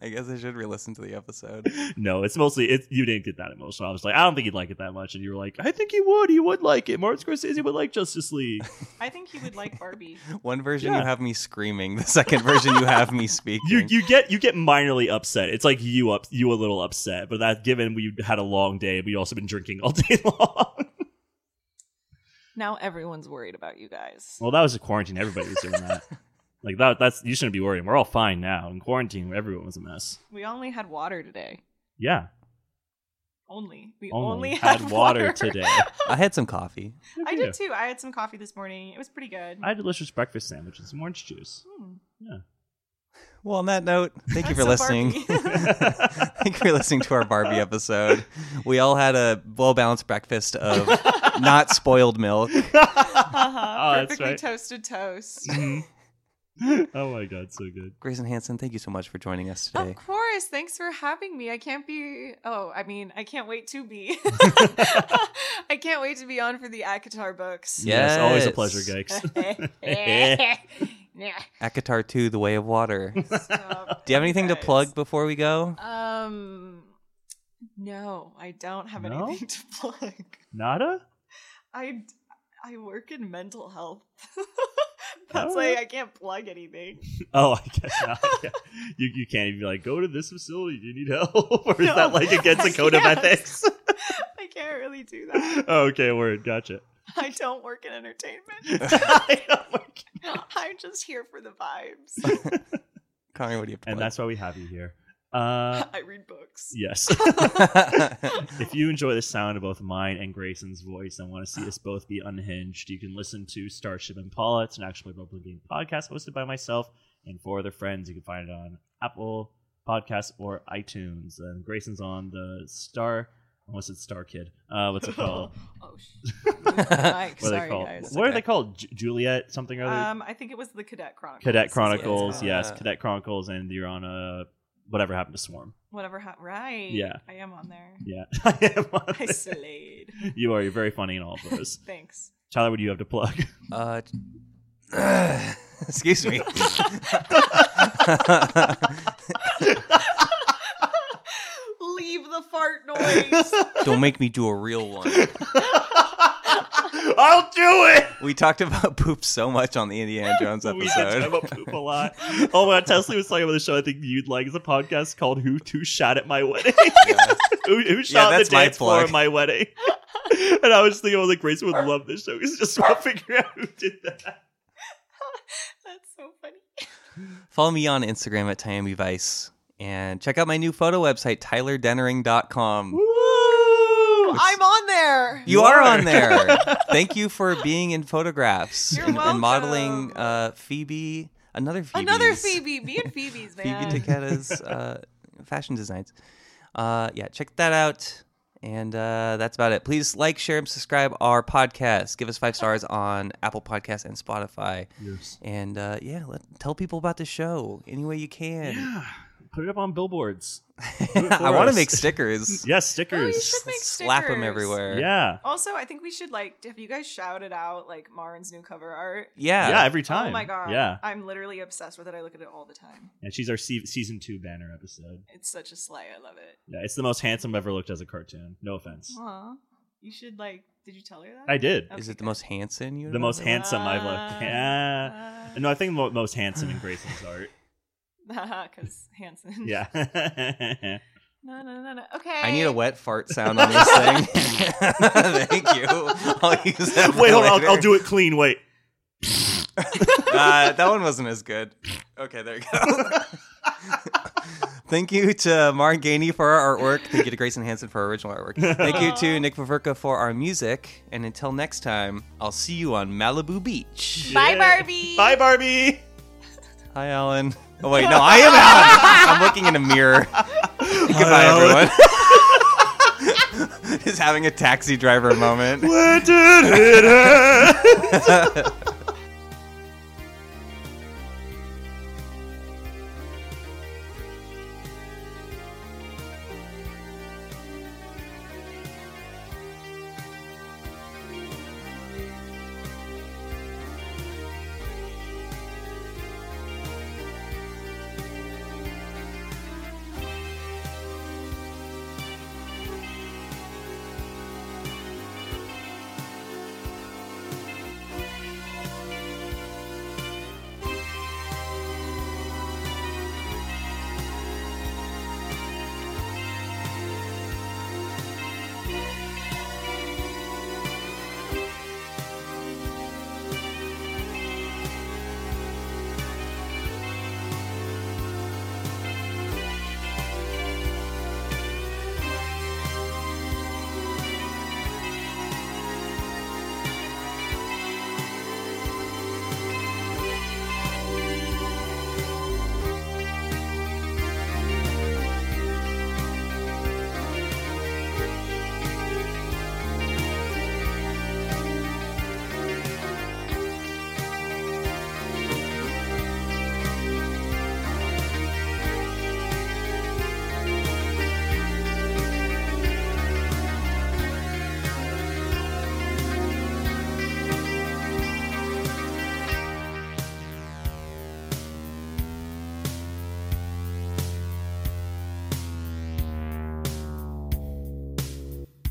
Speaker 1: I guess I should re-listen to the episode.
Speaker 2: no, it's mostly it. You didn't get that emotional. I was like, I don't think he'd like it that much, and you were like, I think he would. He would like it. Martin Scorsese would like Justice League.
Speaker 3: I think you would like Barbie.
Speaker 1: One version you
Speaker 2: Yeah.
Speaker 1: have me screaming, the second version you have me speaking.
Speaker 2: you you get you get minorly upset. It's like you up you a little upset, but that given we had a long day, we also been drinking all day long.
Speaker 3: now everyone's worried about you guys.
Speaker 2: well, that was a quarantine. Everybody was doing that. Like that. That's you shouldn't be worrying. We're all fine now. In quarantine, everyone was a mess.
Speaker 3: We only had water today.
Speaker 2: Yeah,
Speaker 3: Only. We
Speaker 2: only,
Speaker 3: only,
Speaker 2: had, water, today.
Speaker 1: I had some coffee.
Speaker 3: I
Speaker 2: Yeah.
Speaker 3: did too. I had some coffee this morning. It was pretty good.
Speaker 2: I had delicious breakfast sandwich and some orange juice.
Speaker 3: Hmm.
Speaker 1: Well, on that note, thank you
Speaker 3: That's
Speaker 1: for
Speaker 3: so
Speaker 1: listening.
Speaker 2: Oh
Speaker 1: Thank you for listening to our Barbie episode. We all had a well balanced breakfast of not spoiled milk.
Speaker 3: Uh-huh.
Speaker 2: Oh, that's
Speaker 3: Perfectly
Speaker 2: right.
Speaker 3: toasted toast.
Speaker 2: oh my god, so good.
Speaker 1: Grayson Hanson, thank you so much for joining us
Speaker 3: Oh, Of
Speaker 1: today.
Speaker 3: course. Thanks for having me. I can't be. Oh, I mean, I can't wait to be. I can't wait to be on for the Akatar books.
Speaker 2: Yes, always a
Speaker 1: Yes.
Speaker 2: pleasure, Gex.
Speaker 1: Akatar 2, The Way of Water. Do
Speaker 3: Stop.
Speaker 1: you have anything to
Speaker 3: Guys.
Speaker 1: plug before we go?
Speaker 3: Um, no, I don't have
Speaker 2: No?
Speaker 3: anything to plug.
Speaker 2: Nada?
Speaker 3: I I work in mental health. That's
Speaker 2: Alright.
Speaker 3: why I can't plug anything.
Speaker 2: Oh, I guess not. Yeah. You, you can't even be like, go to this facility. Do you need help? or is
Speaker 3: No,
Speaker 2: that like against
Speaker 3: I
Speaker 2: a code of
Speaker 3: can't.
Speaker 2: ethics?
Speaker 3: I can't really do that.
Speaker 2: okay, word. Gotcha.
Speaker 3: I don't work in entertainment. I'm just here for the vibes.
Speaker 1: Connor, what do you
Speaker 2: and
Speaker 1: have
Speaker 2: that's why we have you here. Uh,
Speaker 3: I read books.
Speaker 2: yes.
Speaker 1: to plug?
Speaker 2: if you enjoy the sound of both mine and Grayson's voice and want to see us both be unhinged, you can listen to Starship Impala. It's an actual role playing game podcast hosted by myself and four other friends. You can find it on Apple Podcasts or iTunes. And Grayson's on the Star. I almost said Star Kid. Uh, what's it called?
Speaker 3: Oh, sh- Mike,
Speaker 2: what are
Speaker 3: sorry
Speaker 2: they called?
Speaker 3: guys.
Speaker 2: What are
Speaker 1: Okay.
Speaker 2: they called? Ju- Juliet something or other?
Speaker 3: Um, I think it was the Cadet Chronicles.
Speaker 2: Cadet
Speaker 3: is what it's uh,
Speaker 2: Chronicles.
Speaker 3: called.
Speaker 2: yes,
Speaker 1: Ah.
Speaker 2: Cadet Chronicles, and you're on a whatever happened to Swarm.
Speaker 3: Whatever. Ha- right.
Speaker 2: Yeah.
Speaker 3: I am on there.
Speaker 2: Yeah, I am on
Speaker 3: I
Speaker 2: it.
Speaker 3: slayed.
Speaker 2: You are. You're very funny in all of those.
Speaker 3: Thanks.
Speaker 2: Tyler, what do you have to plug?
Speaker 1: uh, excuse me.
Speaker 3: Leave the fart noise.
Speaker 1: Don't make me do a real one.
Speaker 2: I'll do it.
Speaker 1: We talked about poop so much on the Indiana Jones
Speaker 2: We did talk about
Speaker 1: episode.
Speaker 2: poop a lot. Oh my god, Tesla was talking about the show I think you'd like. It's a podcast called Who Who Shot at My Wedding. who, who shot the
Speaker 1: that's my
Speaker 2: dance floor
Speaker 1: plug.
Speaker 2: at my wedding? and I was thinking, I was like, Grayson would love this show. He's just about figuring out who did that.
Speaker 3: That's so funny.
Speaker 1: Follow me on Instagram at Tayami Vice and check out my new photo website, tylerdennering.com.
Speaker 2: Woo!
Speaker 3: I'm on there.
Speaker 1: You are on there. Thank you for being in photographs
Speaker 3: You're
Speaker 1: and, and modeling
Speaker 3: welcome.
Speaker 1: uh, Phoebe, another Phoebe,
Speaker 3: Another Phoebe. Me and Phoebe's, man.
Speaker 1: Phoebe Takeda's uh, fashion designs. Uh, yeah, check that out. And uh, that's about it. Please like, share, and subscribe our podcast. Give us five stars on Apple Podcasts and Spotify.
Speaker 2: Yes.
Speaker 1: And uh, yeah, let, tell people about the show any way you can.
Speaker 2: Put it up on billboards. it for
Speaker 1: I want to
Speaker 2: us.
Speaker 1: make stickers.
Speaker 2: Yes,
Speaker 3: Oh, you
Speaker 2: stickers.
Speaker 3: should make
Speaker 1: Slap them
Speaker 3: stickers.
Speaker 1: everywhere.
Speaker 2: yeah.
Speaker 3: Also, I think we should like. Have you guys shouted out like Marin's new cover art?
Speaker 1: Yeah.
Speaker 2: Yeah, every time.
Speaker 3: Oh my god.
Speaker 2: Yeah.
Speaker 3: I'm literally obsessed with it. I look at it all the time.
Speaker 2: And she's our se- season two banner episode.
Speaker 3: It's such a slay. I love it.
Speaker 2: Yeah, it's the most handsome I've ever looked as a cartoon. No offense.
Speaker 3: Aw. You should like. Did you tell her that?
Speaker 2: I did.
Speaker 1: Is it the most handsome you
Speaker 2: The most
Speaker 1: remember?
Speaker 2: handsome I've looked. Yeah.
Speaker 3: Uh,
Speaker 2: No, I think the most handsome in Grayson's art.
Speaker 3: Because Hanson.
Speaker 2: Uh, Yeah.
Speaker 3: No, no, no, no. Okay.
Speaker 1: I need a wet fart sound on this thing. Thank you. I'll use that. for
Speaker 2: Wait, hold on. I'll,
Speaker 1: later.
Speaker 2: I'll do it clean. Wait.
Speaker 1: Uh, that one wasn't as good. Okay, there you go. Thank you to Mark Gainey for our artwork. Thank you to Grayson Hansen for our original artwork. Thank you to Nick Paverka for our music. And until next time, I'll see you on Malibu Beach.
Speaker 3: Bye,
Speaker 2: Yeah.
Speaker 3: Barbie.
Speaker 2: Bye, Barbie.
Speaker 1: Hi, Alan. Oh, wait, no, I am Alan. I'm looking in a mirror. Goodbye,
Speaker 2: Alan.
Speaker 1: everyone. Just having a taxi driver moment.
Speaker 2: Where did it end?